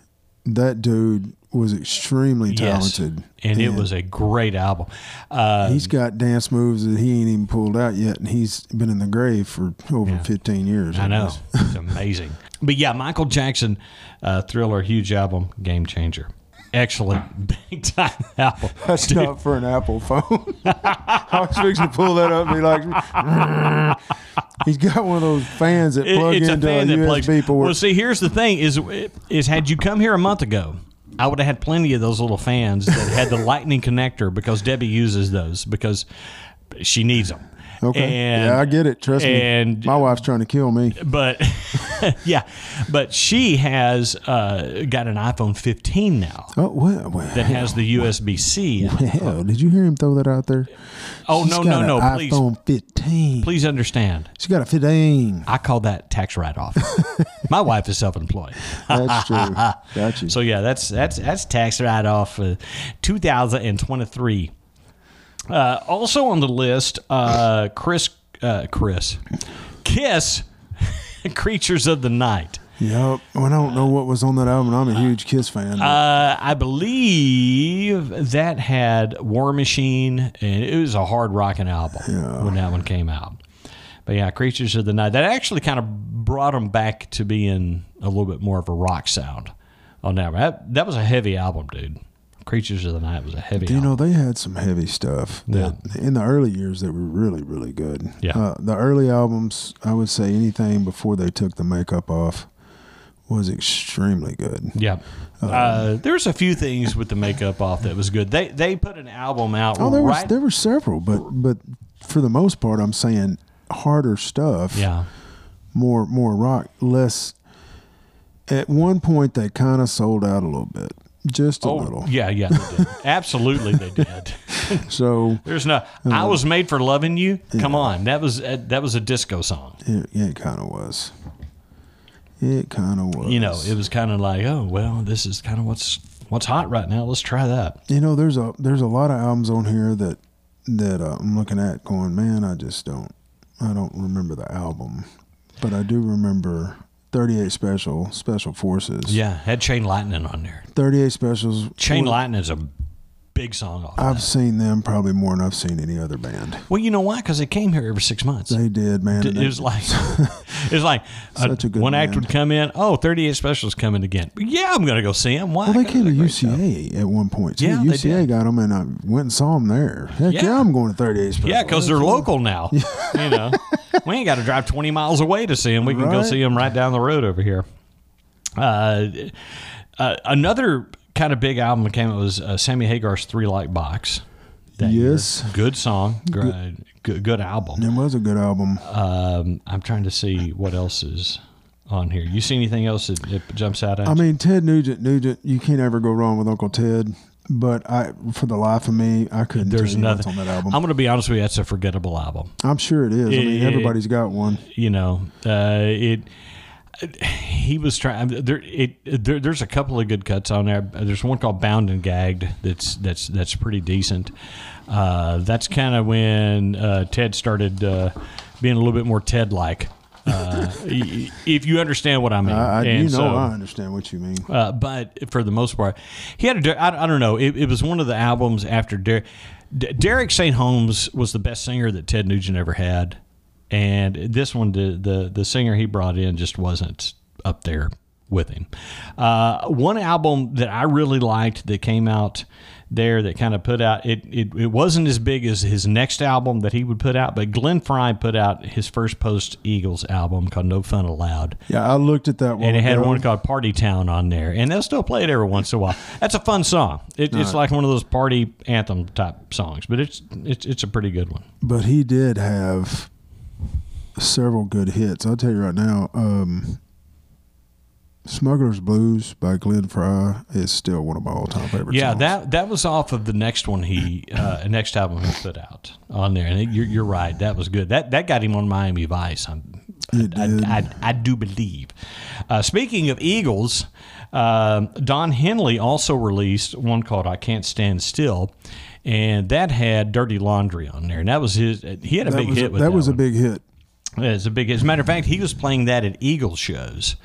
S4: that dude was extremely
S2: yes.
S4: talented,
S2: and it was a great album. Uh,
S4: He's got dance moves that he ain't even pulled out yet, and he's been in the grave for over 15 years.
S2: I know. It's amazing. But yeah, Michael Jackson, uh, Thriller, huge album, game changer. Excellent big time album.
S4: That's not for an Apple phone. I was fixing to pull that up and be like, he's got one of those fans that
S2: It-
S4: plug
S2: it's a
S4: into a,
S2: fan that
S4: USB
S2: plays.
S4: port.
S2: Well, see, here's the thing: is is had you come here a month ago, I would have had plenty of those little fans that had the lightning connector because Debbie uses those because she needs them.
S4: Okay.
S2: And-
S4: yeah, I get it. Trust
S2: and- Uh,
S4: me. My wife's trying to kill me.
S2: but yeah, but she has uh, got an iPhone 15 now
S4: Oh, well, well.
S2: that has the USB C.
S4: Hell, did you hear him throw that out there?
S2: Oh
S4: She's
S2: no
S4: got
S2: no no!
S4: an
S2: Please
S4: iPhone 15.
S2: please understand.
S4: She got a 15.
S2: I call that tax write off. My wife is self employed.
S4: That's true. Got you.
S2: So yeah, that's that's that's tax write off uh, 2023. Uh, also on the list, uh, Chris uh, Chris Kiss Creatures of the Night.
S4: yep. Well, I don't know what was on that album. I'm a huge Kiss fan.
S2: Uh, I believe that had War Machine, and it was a hard rocking album when that one came out. But yeah, Creatures of the Night. That actually kind of brought them back to being a little bit more of a rock sound on that. one. That, that was a heavy album, dude. Creatures of the Night was a heavy
S4: Do you
S2: album.
S4: know they had some heavy stuff that in the early years that were really really good.
S2: Yeah.
S4: uh, the early albums, I would say anything before they took the makeup off was extremely good.
S2: yeah.
S4: Oh.
S2: Uh, there's a few things with the makeup off that was good. They they put an album out
S4: Oh, there was
S2: right
S4: there were several, but but for the most part, I'm saying harder stuff.
S2: Yeah.
S4: more more rock, less. At one point, they kind of sold out a little bit, just a
S2: Oh,
S4: little.
S2: yeah, yeah, they did. Absolutely they did.
S4: So
S2: There's no.
S4: Uh-huh.
S2: I was made for loving you. Come on, that was uh, that was a disco song.
S4: it, it kind of was. It kind of was.
S2: You know, it was kind of like, oh well, this is kind of what's what's hot right now. Let's try that.
S4: you know there's a there's a lot of albums on here that that uh, I'm looking at going man I just don't I don't remember the album but I do remember 38 special special forces
S2: Yeah, had Chain Lightning on there.
S4: 38 specials
S2: Chain
S4: well,
S2: Lightning is a big song off.
S4: I've
S2: that.
S4: seen them probably more than I've seen any other band
S2: Well, you know why? Because they came here every six months.
S4: they did man
S2: it
S4: and they-
S2: was like it was like uh,
S4: Such a good
S2: one act
S4: band.
S2: would come in. Oh, 38 specials coming again. Yeah, I'm gonna go see him. Why?
S4: well, they
S2: 'Cause
S4: came to
S2: they're great.
S4: UCA at one point. too.
S2: Yeah, they
S4: UCA
S2: did.
S4: got them, and I went and saw them there. Heck yeah,
S2: Yeah.
S4: I'm going to 38 Special.
S2: Yeah, because they're local now. you know, we ain't got to drive 20 miles away to see them. We can go
S4: Right.
S2: see them right down the road over here. Uh, uh, another kind of big album that came out was uh, Sammy Hagar's Three Light Box. that year.
S4: Yes.
S2: good song, good, good, good album.
S4: It was a good album.
S2: Um, I'm trying to see what else is on here. You see anything else that, that jumps out at?
S4: I
S2: you?
S4: mean, Ted Nugent, Nugent, you can't ever go wrong with Uncle Ted. But I, for the life of me, I couldn't
S2: There's
S4: tell you what's
S2: nothing.
S4: on that
S2: I'm
S4: album. I'm,
S2: going to be honest with you. That's a forgettable album.
S4: sure it is. I mean,
S2: Eh,
S4: everybody's got one.
S2: you know uh, it he was trying there it there, there's a couple of good cuts on there there's one called bound and gagged that's that's that's pretty decent uh, that's kind of when uh, ted started uh, being a little bit more ted like uh, i- if you understand what i mean
S4: I, I, you
S2: And
S4: know,
S2: so-
S4: I understand what you mean.
S2: uh, but for the most part, he had a. Der- I, I don't know. It, it was one of the albums after Derek. D- Derek St. Holmes was the best singer that Ted Nugent ever had, and this one, the the, the singer he brought in just wasn't up there with him. Uh, one album that I really liked that came out there that kind of put out it, it it wasn't as big as his next album that he would put out, but Glenn Fry put out his first post Eagles album called No Fun Allowed
S4: Yeah, I looked at that one.
S2: and it had
S4: ago.
S2: one called Party Town on there, and they'll still play it every once in a while. That's a fun song. It, it's like one of those party anthem type songs, but it's it's it's a pretty good one.
S4: but he did have several good hits. I'll tell you right now. Um, Smuggler's Blues by Glenn Fry is still one of my all-time favorite
S2: Yeah,
S4: songs.
S2: that that was off of the next one he uh, next album he put out on there, and it, you're, you're right, that was good. That that got him on Miami Vice. I'm,
S4: It
S2: I,
S4: did.
S2: I, I, I do believe. Uh, speaking of Eagles, um Don Henley also released one called "I Can't Stand Still," and that had "Dirty Laundry" on there, and that was his. He had a
S4: That
S2: big
S4: was,
S2: hit
S4: a,
S2: with
S4: that was
S2: one.
S4: a big hit.
S2: Yeah, it's a big. As a matter of fact, he was playing that at Eagle shows.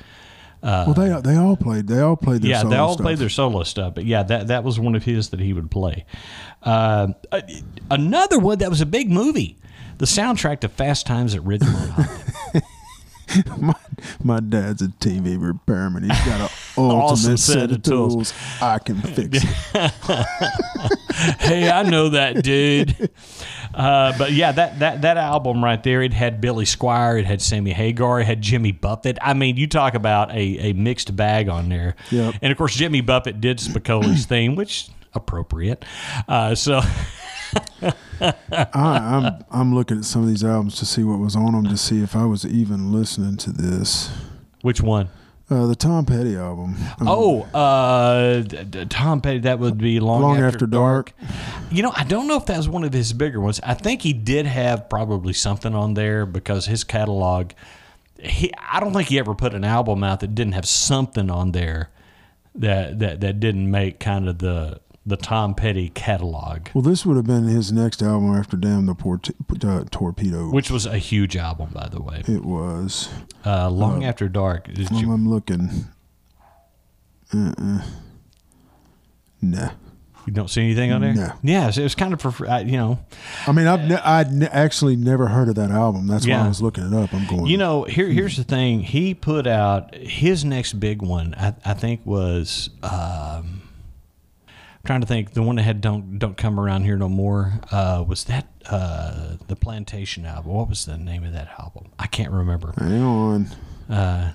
S4: well, they they all played. They all played. Their
S2: Yeah,
S4: solo
S2: they all
S4: stuff.
S2: played their solo stuff, but yeah, that that was one of his that he would play. Um, a- another one that was a big movie, the soundtrack to Fast Times at Ridgemont High.
S4: my, my dad's a TV repairman. He's got an
S2: Awesome
S4: Ultimate
S2: set of tools.
S4: I can fix it.
S2: hey, I know that dude. Uh, but yeah, that, that that album right there, it had Billy Squire, it had Sammy Hagar, it had Jimmy Buffett. I mean, you talk about a, a mixed bag on there.
S4: Yep.
S2: And of course, Jimmy Buffett did Spicoli's theme, which appropriate. Uh, so
S4: I, I'm I'm looking at some of these albums to see what was on them to see if I was even listening to this.
S2: which one?
S4: Uh, the Tom Petty album. Um,
S2: Oh, uh, d- d- Tom Petty. That would be long,
S4: Long After Dark.
S2: You know, I don't know if that was one of his bigger ones. I think he did have probably something on there because his catalog. He, I don't think he ever put an album out that didn't have something on there that that that didn't make kind of the the Tom Petty catalog,
S4: Well, this would have been his next album after Damn the Port- uh, Torpedo.
S2: which was a huge album, by the way.
S4: it was.
S2: Uh, long After Dark. Did
S4: Um,
S2: you-
S4: I'm looking. Uh-uh. Nah.
S2: you don't see anything on there?
S4: No.
S2: Yeah, so it was kind of, prefer- I- you know.
S4: I mean, I've ne- I'd ne- actually never heard of that album. That's why
S2: Yeah.
S4: I was looking it up. I'm going.
S2: You know, here
S4: Hmm.
S2: here's the thing. He put out his next big one. I, I think was um, I'm trying to think the one that had don't don't come around here no more uh, was that uh, the Plantation album. What was the name of that album? I can't remember.
S4: hang on.
S2: Uh,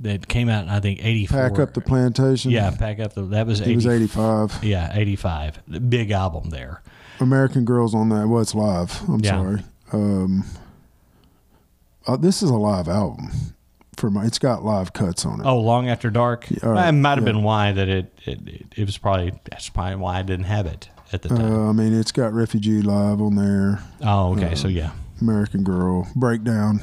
S2: that came out in I think eighty four.
S4: Pack up the plantation.
S2: Yeah, pack up the. That was
S4: It was
S2: 80
S4: 85.
S2: Yeah, eighty five. The big album there.
S4: American Girls on that. Well, it's live. I'm
S2: Yeah.
S4: sorry. Um, uh, this is a live album. For my, it's got live cuts on it.
S2: Oh, long after dark.
S4: all right,
S2: It might have
S4: yeah.
S2: been why that it, it it it was probably that's probably why I didn't have it at the time.
S4: Uh, I mean, it's got Refugee Live on there.
S2: oh,
S4: Uh-huh.
S2: okay. so yeah.
S4: American Girl Breakdown.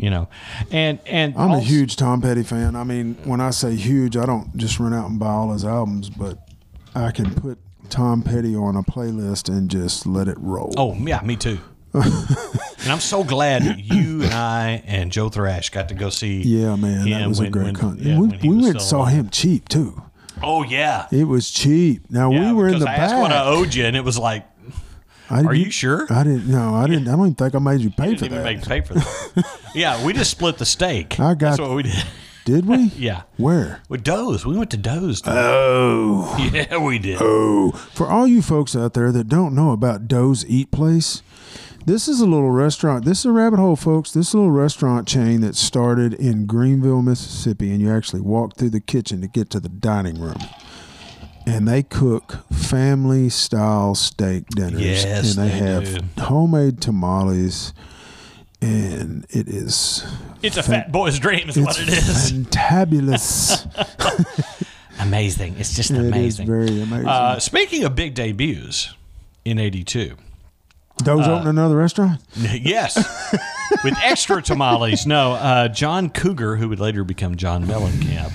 S2: you know and and
S4: I'm a
S2: also-
S4: huge Tom Petty fan. I mean, when I say huge, I don't just run out and buy all his albums, but I can put Tom Petty on a playlist and just let it roll.
S2: oh yeah me too and i'm so glad that you and i and joe thrash got to go see
S4: yeah, man,
S2: him
S4: that was a
S2: when-
S4: great
S2: when-
S4: concert.
S2: yeah,
S4: we
S2: when he
S4: we
S2: was
S4: went and
S2: still
S4: saw
S2: alive.
S4: him cheap too.
S2: oh yeah,
S4: It was cheap. Now
S2: Yeah,
S4: we were in
S2: because
S4: the
S2: I
S4: back.
S2: asked what i owed you and it was like
S4: I
S2: Are
S4: didn't-
S2: you sure?
S4: I didn't. No, I didn't. I don't even think I made you pay
S2: didn't
S4: for
S2: even
S4: that.
S2: make pay for that yeah we just split the steak
S4: I got-
S2: that's what we did
S4: Did we?
S2: yeah
S4: Where?
S2: with doze we went to doze
S4: Oh,
S2: yeah we did
S4: oh! For all you folks out there that don't know about Doe's Eat Place, this is a little restaurant. This is a rabbit hole, folks. This is a little restaurant chain that started in Greenville, Mississippi, and you actually walk through the kitchen to get to the dining room. And they cook family style steak dinners.
S2: Yes,
S4: and they,
S2: they
S4: have homemade tamales. And it is
S2: it's a fat boy's dream is what it is
S4: Fantabulous.
S2: amazing it's just
S4: it is
S2: amazing
S4: very amazing.
S2: uh, speaking of big debuts in 82
S4: Those
S2: uh,
S4: open another restaurant?
S2: Yes. With extra tamales. No, uh, John Cougar, who would later become John Mellencamp,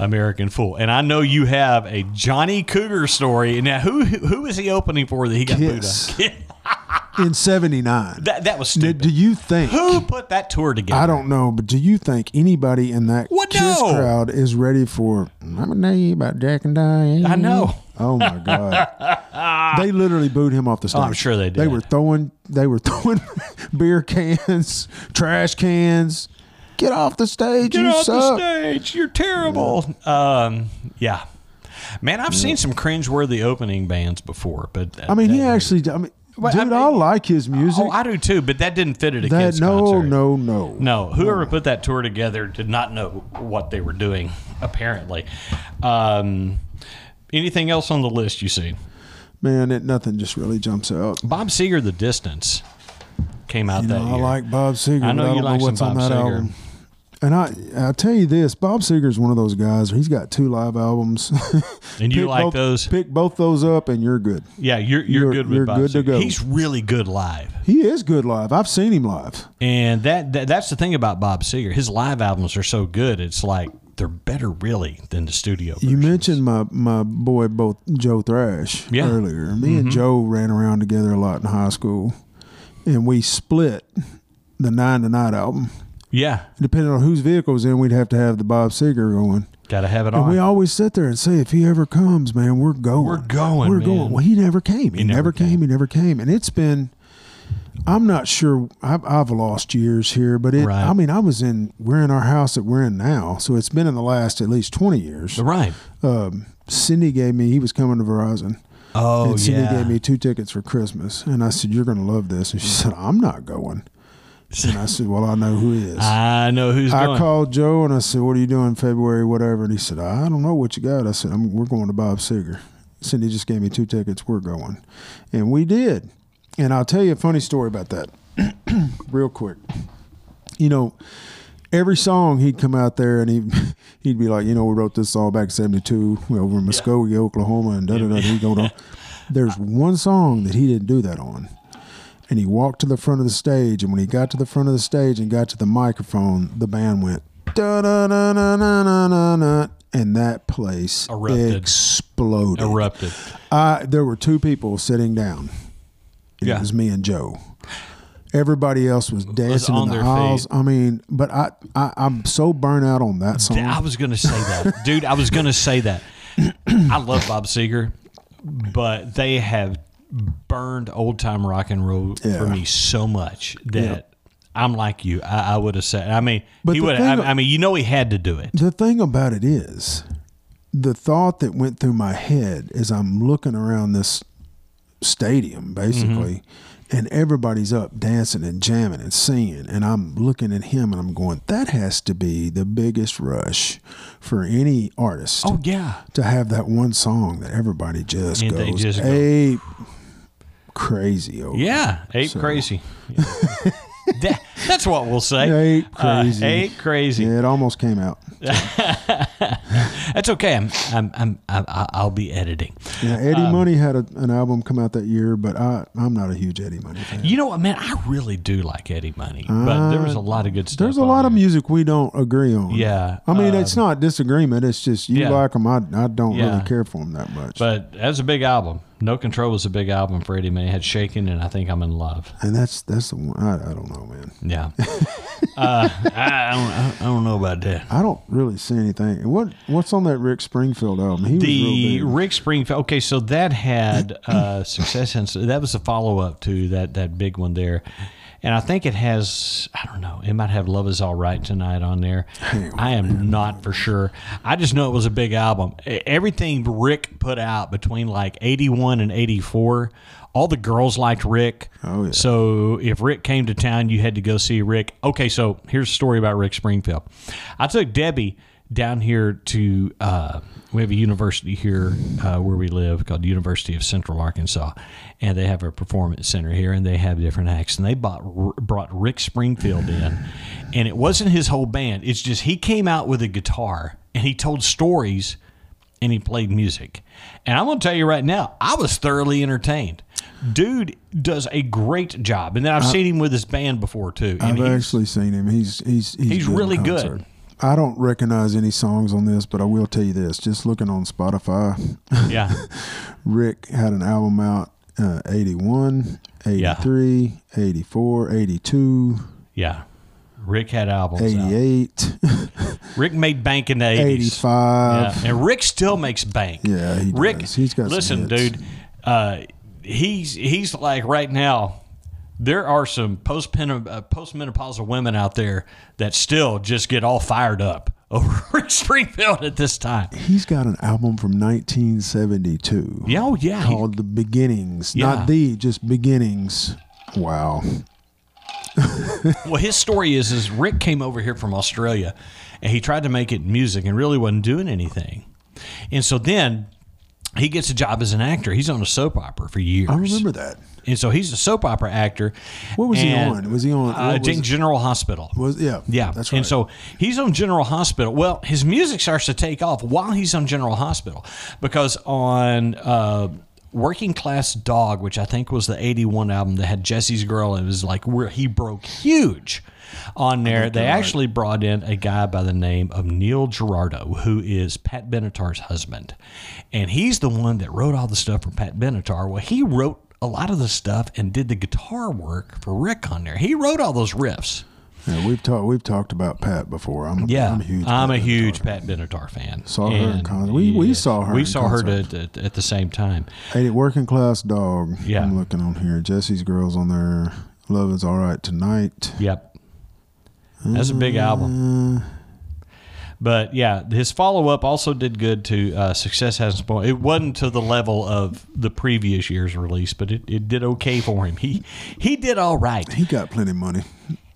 S2: American Fool. And I know you have a Johnny Cougar story. Now, who who is he opening for that he got
S4: Kiss.
S2: booed on?
S4: In 79.
S2: That, that was
S4: Now,
S2: stupid.
S4: do you think?
S2: who put that tour together?
S4: I don't know, but do you think anybody in that
S2: What?
S4: Kiss
S2: No.
S4: crowd is ready for I'm gonna tell you about Jack and Diane?
S2: I know.
S4: Oh my god. they literally booed him off the stage.
S2: Oh, I'm sure they
S4: They
S2: did.
S4: were throwing they were throwing beer cans, trash cans. Get off the stage,
S2: Get
S4: you
S2: off the
S4: suck.
S2: stage. You're terrible. Yeah. Um, yeah. Man, I've seen some cringeworthy opening bands before, but that,
S4: I mean, he
S2: that-
S4: actually I mean
S2: I
S4: dude, I,
S2: mean-
S4: like his music.
S2: Oh, I do too, but that didn't fit at a
S4: that
S2: kid's
S4: no,
S2: concert.
S4: no, no,
S2: No, whoever put that tour together did not know what they were doing. Apparently, um, anything else on the list you see?
S4: Man, it nothing just really jumps out.
S2: Bob Seger, "The Distance," came out
S4: You know,
S2: that
S4: I
S2: year.
S4: like Bob Seger.
S2: I know
S4: but
S2: you
S4: I don't
S2: like some
S4: know what's on
S2: Bob
S4: that
S2: Seger.
S4: album. And I, I tell you this, Bob Seger is one of those guys. He's got two live albums,
S2: And you
S4: Pick
S2: like
S4: both-
S2: those?
S4: Pick both those up, and you're good.
S2: yeah, you're you're,
S4: You're-
S2: good with
S4: you're
S2: Bob
S4: good to
S2: Seger.
S4: go.
S2: He's really good live,
S4: He is good live. I've seen him live.
S2: and that, that that's the thing about Bob Seger. His live albums are so good. It's like they're better really than the studio.
S4: You
S2: version.
S4: mentioned my my boy, both Joe Thrash
S2: Yeah. Mm-hmm.
S4: earlier. Me and Joe ran around together a lot in high school, and we split the Nine to Night album.
S2: yeah,
S4: Depending on whose vehicle was in, we'd have to have the Bob Seger going.
S2: gotta have it
S4: And
S2: on.
S4: we always sit there and say, if he ever comes, man, we're going.
S2: We're going,
S4: We're
S2: man.
S4: going. Well, he never came. He,
S2: never
S4: never, came.
S2: came.
S4: He never came. And it's been, I'm not sure. I've, I've lost years here, but it,
S2: Right.
S4: I mean, I was in. We're in our house that we're in now, so it's been in the last at least twenty years.
S2: Right.
S4: Um, Cindy gave me. He was coming to Verizon.
S2: Oh
S4: and Cindy
S2: yeah.
S4: gave me two tickets for Christmas, and I said, "You're going to love this." And she said, "I'm not going." And I said, "Well, I know who is."
S2: I know who's
S4: I
S2: going.
S4: called Joe and I said, "What are you doing February, whatever?" And he said, "I don't know what you got." I said, I'm, "We're going to Bob Seger." Cindy just gave me two tickets. We're going, and we did. And I'll tell you a funny story about that, real quick. You know, every song he'd come out there and he he'd be like, you know, we wrote this song back in '72 over in Muskogee, Oklahoma, and da da da. He'd go on. There's one song that he didn't do that on and he walked to the front of the stage. And when he got to the front of the stage and got to the microphone, the band went da da da da da da da, and that place
S2: Erupted.
S4: exploded.
S2: Erupted.
S4: I, there were two people sitting down. And
S2: Yeah.
S4: It was me and Joe. Everybody else was dancing
S2: on
S4: in the
S2: their
S4: aisles.
S2: feet.
S4: I mean, but I, I I'm so burnt out on that song.
S2: I was gonna say that, dude. I was gonna say that. I love Bob Seger, but they have burned old time rock and roll
S4: Yeah.
S2: for me so much that I'm like you. I, I would have said. I mean,
S4: But
S2: he
S4: the
S2: would. I,
S4: thing-
S2: I mean, you know, he had to do it.
S4: The thing about it is, the thought that went through my head as I'm looking around this stadium, basically,
S2: Mm-hmm.
S4: and everybody's up dancing and jamming and singing, and I'm looking at him and I'm going, that has to be the biggest rush for any artist
S2: Oh yeah.
S4: to have that one song that everybody just
S2: And they
S4: goes
S2: just go-
S4: ape crazy over.
S2: Yeah, ape crazy. Yeah. That- that's what we'll say.
S4: Ape crazy.
S2: Uh, ape crazy.
S4: Yeah, it almost came out.
S2: That's okay. I'm, I'm, I'm, I'm, I- I'll be editing.
S4: Yeah, Eddie
S2: Um,
S4: Money had a, an album come out that year, but I, I'm not a huge Eddie Money fan.
S2: You know what, man? I really do like Eddie Money, but there was a lot of good stuff.
S4: Uh, There's a
S2: on
S4: lot of
S2: there.
S4: music we don't agree on.
S2: Yeah, um,
S4: I mean, it's not disagreement. It's just you
S2: yeah.
S4: like 'em, like them. I, I don't
S2: Yeah.
S4: really care for them that much.
S2: But that's a big album. No Control was a big album for Eddie Money. It had Shaken and I Think I'm in Love.
S4: and that's that's the one. I, I don't know, man.
S2: Yeah. uh, I, I, don't, I don't know about that.
S4: I don't really see anything. What what's on that Rick Springfield album? He
S2: The
S4: was real big.
S2: Rick Springfield. Okay, so that had uh, success, and so that was a follow up to that that big one there, and I think it has. I don't know. It might have "Love Is All Right Tonight" on there. I am not for sure. I just know it was a big album. E- Everything Rick put out between like eighty one and eighty four. All the girls liked Rick.
S4: Oh, yeah.
S2: So if Rick came to town, you had to go see Rick. Okay, so here's a story about Rick Springfield. I took Debbie down here to uh, we have a university here uh, where we live called University of Central Arkansas, and they have a performance center here, and they have different acts, and they bought, r- brought Rick Springfield in, and it wasn't his whole band. It's just he came out with a guitar and he told stories and he played music. And I'm going to tell you right now, I was thoroughly entertained. Dude does a great job, and then I've seen him with his band before too. And
S4: Uh, I've
S2: he-
S4: actually seen him. He's he's he's,
S2: He's
S4: in
S2: really good.
S4: concert. I don't recognize any songs on this, but I will tell you this: just looking on Spotify,
S2: yeah,
S4: Rick had an album out uh, 81, 83, 84, 82,
S2: yeah. Rick had albums. out.
S4: 88,
S2: Rick made bank in the eighties.
S4: 85.
S2: Yeah, and Rick still makes bank.
S4: Yeah, he
S2: Rick,
S4: does. He's got some
S2: listen,
S4: hits.
S2: dude. Uh, he's he's like right now. There are some post uh, postmenopausal women out there that still just get all fired up over Rick Springfield at this time.
S4: He's got an album from 1972.
S2: Yeah, oh, yeah, he-
S4: Called The Beginnings.
S2: Yeah.
S4: Not The, just Beginnings. Wow. Oh.
S2: Well, his story is is Rick came over here from Australia, and he tried to make it music and really wasn't doing anything, and so then he gets a job as an actor. He's on a soap opera for years.
S4: I remember that.
S2: And so he's a soap opera actor.
S4: What was he
S2: And,
S4: on? Was he on- what
S2: Uh,
S4: was
S2: Gen-
S4: it?
S2: General Hospital.
S4: Was Yeah.
S2: yeah,
S4: That's right.
S2: And so he's on General Hospital. Well, his music starts to take off while he's on General Hospital because on uh, Working Class Dog, which I think was the '81 album that had Jesse's Girl, it was like where he broke huge on there. They actually brought in a guy by the name of Neil Gerardo, who is Pat Benatar's husband, and he's the one that wrote all the stuff for Pat Benatar. Well, he wrote. A lot of the stuff and did the guitar work for Rick on there. He wrote all those riffs.
S4: Yeah, we've talked we've talked about Pat before. I'm a,
S2: Yeah,
S4: I'm a huge
S2: I'm
S4: Pat
S2: a
S4: Benatar
S2: huge
S4: fan.
S2: Pat Benatar fan.
S4: Saw her in concert. We- we saw her
S2: We
S4: in
S2: saw her
S4: concert.
S2: to, to- at the same time.
S4: Hey, Working Class Dog.
S2: Yeah.
S4: I'm looking on here. Jesse's Girl's on there. Love is all right tonight.
S2: Yep. That's a big album.
S4: Uh.
S2: But yeah, his follow up also did good to uh, Success Has No Bounds. It wasn't to the level of the previous year's release, but it, it did okay for him. He he did all right.
S4: He got plenty of money.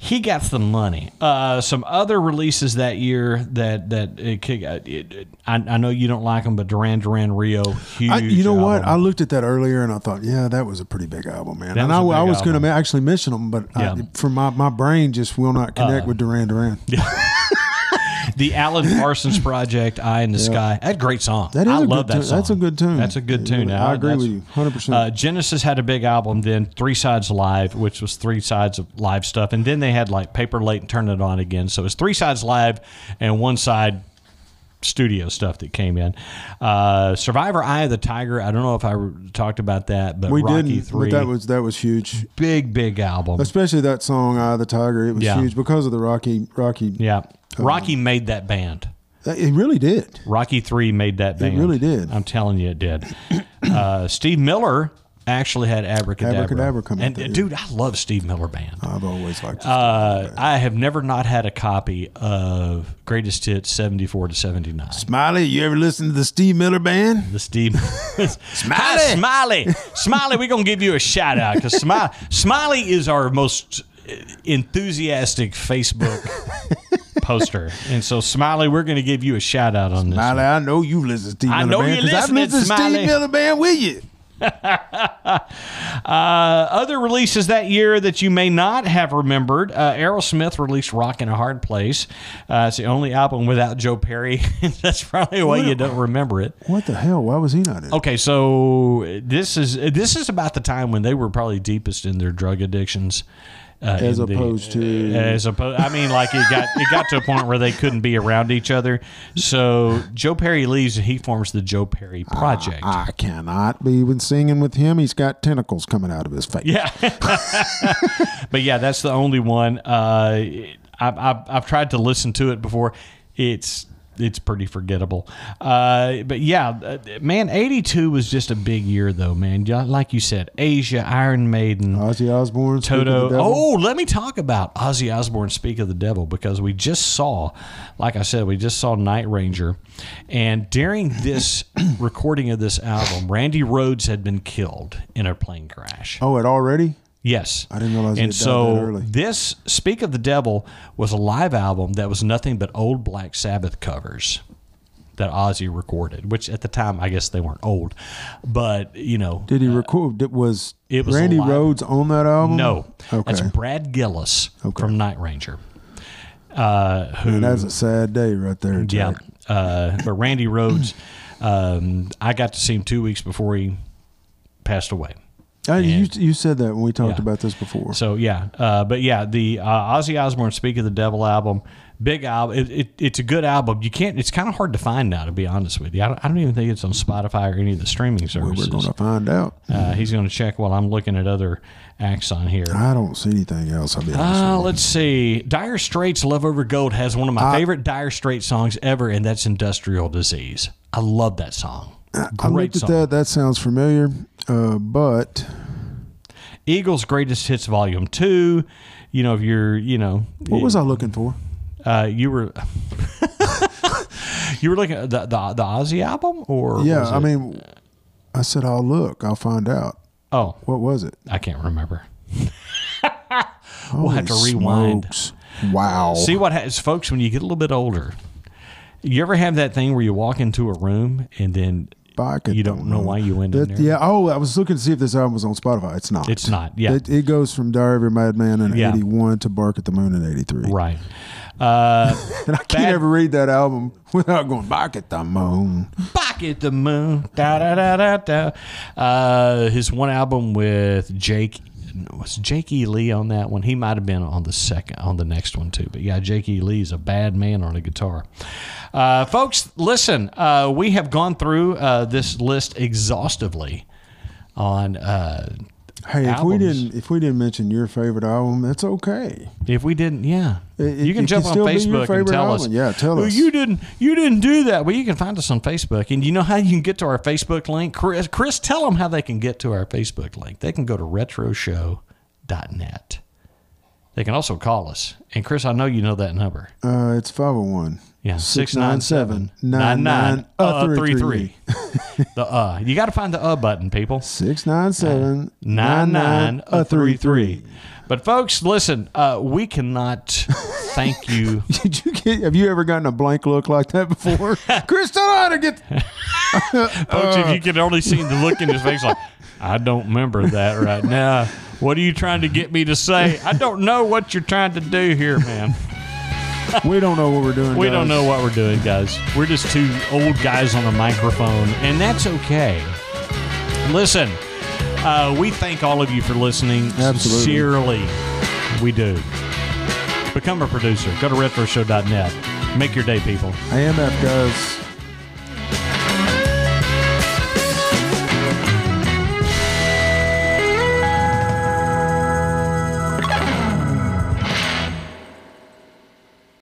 S2: He got some money. Uh, some other releases that year that that it, kick- uh, it, it I, I know you don't like them, but Duran Duran Rio, huge.
S4: I, you know what? I
S2: album.
S4: looked at that earlier and I thought, yeah, that was a pretty big album, man.
S2: That
S4: and
S2: was
S4: I,
S2: a big
S4: I was
S2: album.
S4: going to actually mention them, but I-
S2: Yeah. Uh,
S4: for my, my brain just will not connect with Duran Duran.
S2: the Alan Parsons Project, "Eye in the Sky." That's a great song.
S4: That is
S2: I
S4: a
S2: love
S4: good
S2: that
S4: tune.
S2: song.
S4: That's a good tune.
S2: That's a good
S4: Yeah,
S2: tune.
S4: I agree
S2: that's-
S4: with you 100%.
S2: Uh, Genesis had a big album then, Three Sides Live, which was three sides of live stuff, and then they had like Paper Late and Turn It On again. So it was three sides live and one side studio stuff that came in. Uh, Survivor, Eye of the Tiger. I don't know if I re- talked about that, but
S4: we
S2: Rocky
S4: didn't,
S2: Three,
S4: but that was that was huge.
S2: big big album.
S4: Especially that song "Eye of the Tiger." It was
S2: Yeah.
S4: huge because of the Rocky. Rocky.
S2: yeah, Rocky made that band.
S4: It really did.
S2: Rocky Three made that band.
S4: really did.
S2: I'm telling you, it did. uh, Steve Miller actually had Abracadabra.
S4: Abracadabra come out Oh,
S2: and
S4: that year.
S2: dude, I love Steve Miller Band.
S4: I've always liked. This
S2: Uh, I have never not had a copy of Greatest Hits 74 to 79.
S4: Smiley, you ever listen to the Steve Miller Band?
S2: The Steve Hi, Smiley, Smiley, we're gonna give you a shout out because Smiley, Smiley is our most uh, enthusiastic Facebook poster, and so Smiley, we're gonna give you a shout out on this.
S4: Smiley, I know you listen to Steve
S2: I
S4: Miller
S2: know
S4: Band
S2: you
S4: 'cause
S2: listen
S4: I've
S2: to
S4: listened to
S2: Smiley.
S4: Steve Miller Band with you.
S2: Uh, other releases that year that you may not have remembered uh, Aerosmith released Rock in a Hard Place. Uh, it's the only album without Joe Perry. That's probably why you don't remember it.
S4: What the hell? Why was he not in? it?
S2: Okay, so this is this is about the time when they were probably deepest in their drug addictions. Uh,
S4: As
S2: in the-
S4: opposed to-
S2: as opposed, I mean, like it got it got to a point where they couldn't be around each other. So Joe Perry leaves, and he forms the Joe Perry Project.
S4: I cannot be with singing with him. He's got tentacles coming out of his face.
S2: Yeah. but yeah, that's the only one. Uh, it- I've, I've, I've tried to listen to it before. It's it's pretty forgettable. Uh, but yeah, uh, man, 82 was just a big year, though, man. Yeah, Like you said, Asia, Iron Maiden.
S4: Ozzy Osbourne, Uh, Speak of the
S2: Toto.
S4: Devil.
S2: Oh, let me talk about Ozzy Osbourne, Speak of the Devil, because we just saw, like I said, we just saw Night Ranger. And during this recording of this album, Randy Rhodes had been killed in a plane crash.
S4: oh, it already.
S2: Yes, I
S4: didn't realize he
S2: And
S4: had died
S2: so
S4: that early.
S2: this "Speak of the Devil" was a live album that was nothing but old Black Sabbath covers that Ozzy recorded. Which at the time, I guess they weren't old, but you know,
S4: Did he record? It was,
S2: Uh, it was
S4: Randy
S2: live.
S4: Rhodes on that album?
S2: no,
S4: Okay.
S2: that's Brad Gillis from Night Ranger. Uh, who
S4: And that's a sad day right there.
S2: yeah.
S4: Jack.
S2: Uh, but Randy Rhodes, um, I got to see him two weeks before he passed away.
S4: Uh, you, you said that when we talked
S2: Yeah.
S4: about this before.
S2: So yeah, uh, but yeah, the uh, Ozzy Osbourne "Speak of the Devil" album, big album. It, it, it's a good album. You can't. It's kind of hard to find now, to be honest with you. I don't, I don't even think it's on Spotify or any of the streaming
S4: We're
S2: services.
S4: going to find out.
S2: uh, he's going to check while I'm looking at other acts on here.
S4: I don't see anything else. I'll be honest.
S2: Uh, let's see. Dire Straits' "Love Over Gold" has one of my favorite Dire Straits songs ever, and that's "Industrial Disease." I love that song.
S4: I
S2: Great
S4: looked at
S2: song.
S4: that. That sounds familiar, uh, but
S2: Eagles' Greatest Hits Volume Two. You know, if you're, you know,
S4: what was I looking for?
S2: Uh, you were you were looking at the the, the Ozzy album, or
S4: Yeah,
S2: was
S4: I
S2: it-
S4: mean, I said I'll look. I'll find out.
S2: oh,
S4: What was it?
S2: I can't remember. we'll have to
S4: Holy
S2: rewind.
S4: smokes. Wow.
S2: See what happens, folks, when you get a little bit older. You ever have that thing where you walk into a room and then
S4: I could-
S2: you don't know why you went in
S4: That-
S2: there?
S4: Yeah. Oh, I was looking to see if this album was on Spotify. It's not.
S2: It's not, yeah.
S4: It, it goes from Diary of a Madman in
S2: Yeah.
S4: '81 to Bark at the Moon in '83.
S2: Right. Uh,
S4: And I can't
S2: Bad-
S4: ever read that album without going Bark at the Moon.
S2: back at the moon. Da, da, da, da, da. Uh, his one album with Jake was Jake E. Lee on that one. He might have been on the second on the next one too. But yeah, Jake E. Lee's a bad man on a guitar. Uh, folks, listen, uh, we have gone through uh, this list exhaustively on uh,
S4: Hey, if we
S2: Albums.
S4: didn't if we didn't mention your favorite album, that's okay.
S2: If we didn't, yeah,
S4: It- it-
S2: you can
S4: it
S2: jump
S4: can
S2: on
S4: still be your
S2: Facebook and
S4: favorite
S2: tell
S4: album.
S2: us.
S4: Yeah, tell
S2: "Well,
S4: us."
S2: you didn't. You didn't do that. Well, you can find us on Facebook, and you know how you can get to our Facebook link. Chris, Chris, tell them how they can get to our Facebook link. They can go to retroshow.com net. They can also call us. And Chris, I know you know that number.
S4: Uh, it's 501.
S2: Yeah,
S4: 697 uh,
S2: 9933. The uh, you got to find the uh button, people.
S4: 697 uh,
S2: 9933. uh, But folks, listen, uh, we cannot thank you.
S4: Did you get, have you ever gotten a blank look like that before? Chris, tell her how to get.
S2: Folks, if
S4: Uh.
S2: you could only see the look in his face, like, I don't remember that right now. What are you trying to get me to say? I don't know what you're trying to do here, man.
S4: We don't know what we're doing.
S2: We
S4: guys.
S2: don't know what we're doing, guys. We're just two old guys on a microphone, and that's okay. Listen, uh, we thank all of you for listening.
S4: Absolutely.
S2: Sincerely, we do. Become a producer. Go to retroshow.net. Make your day, people.
S4: AMF, guys.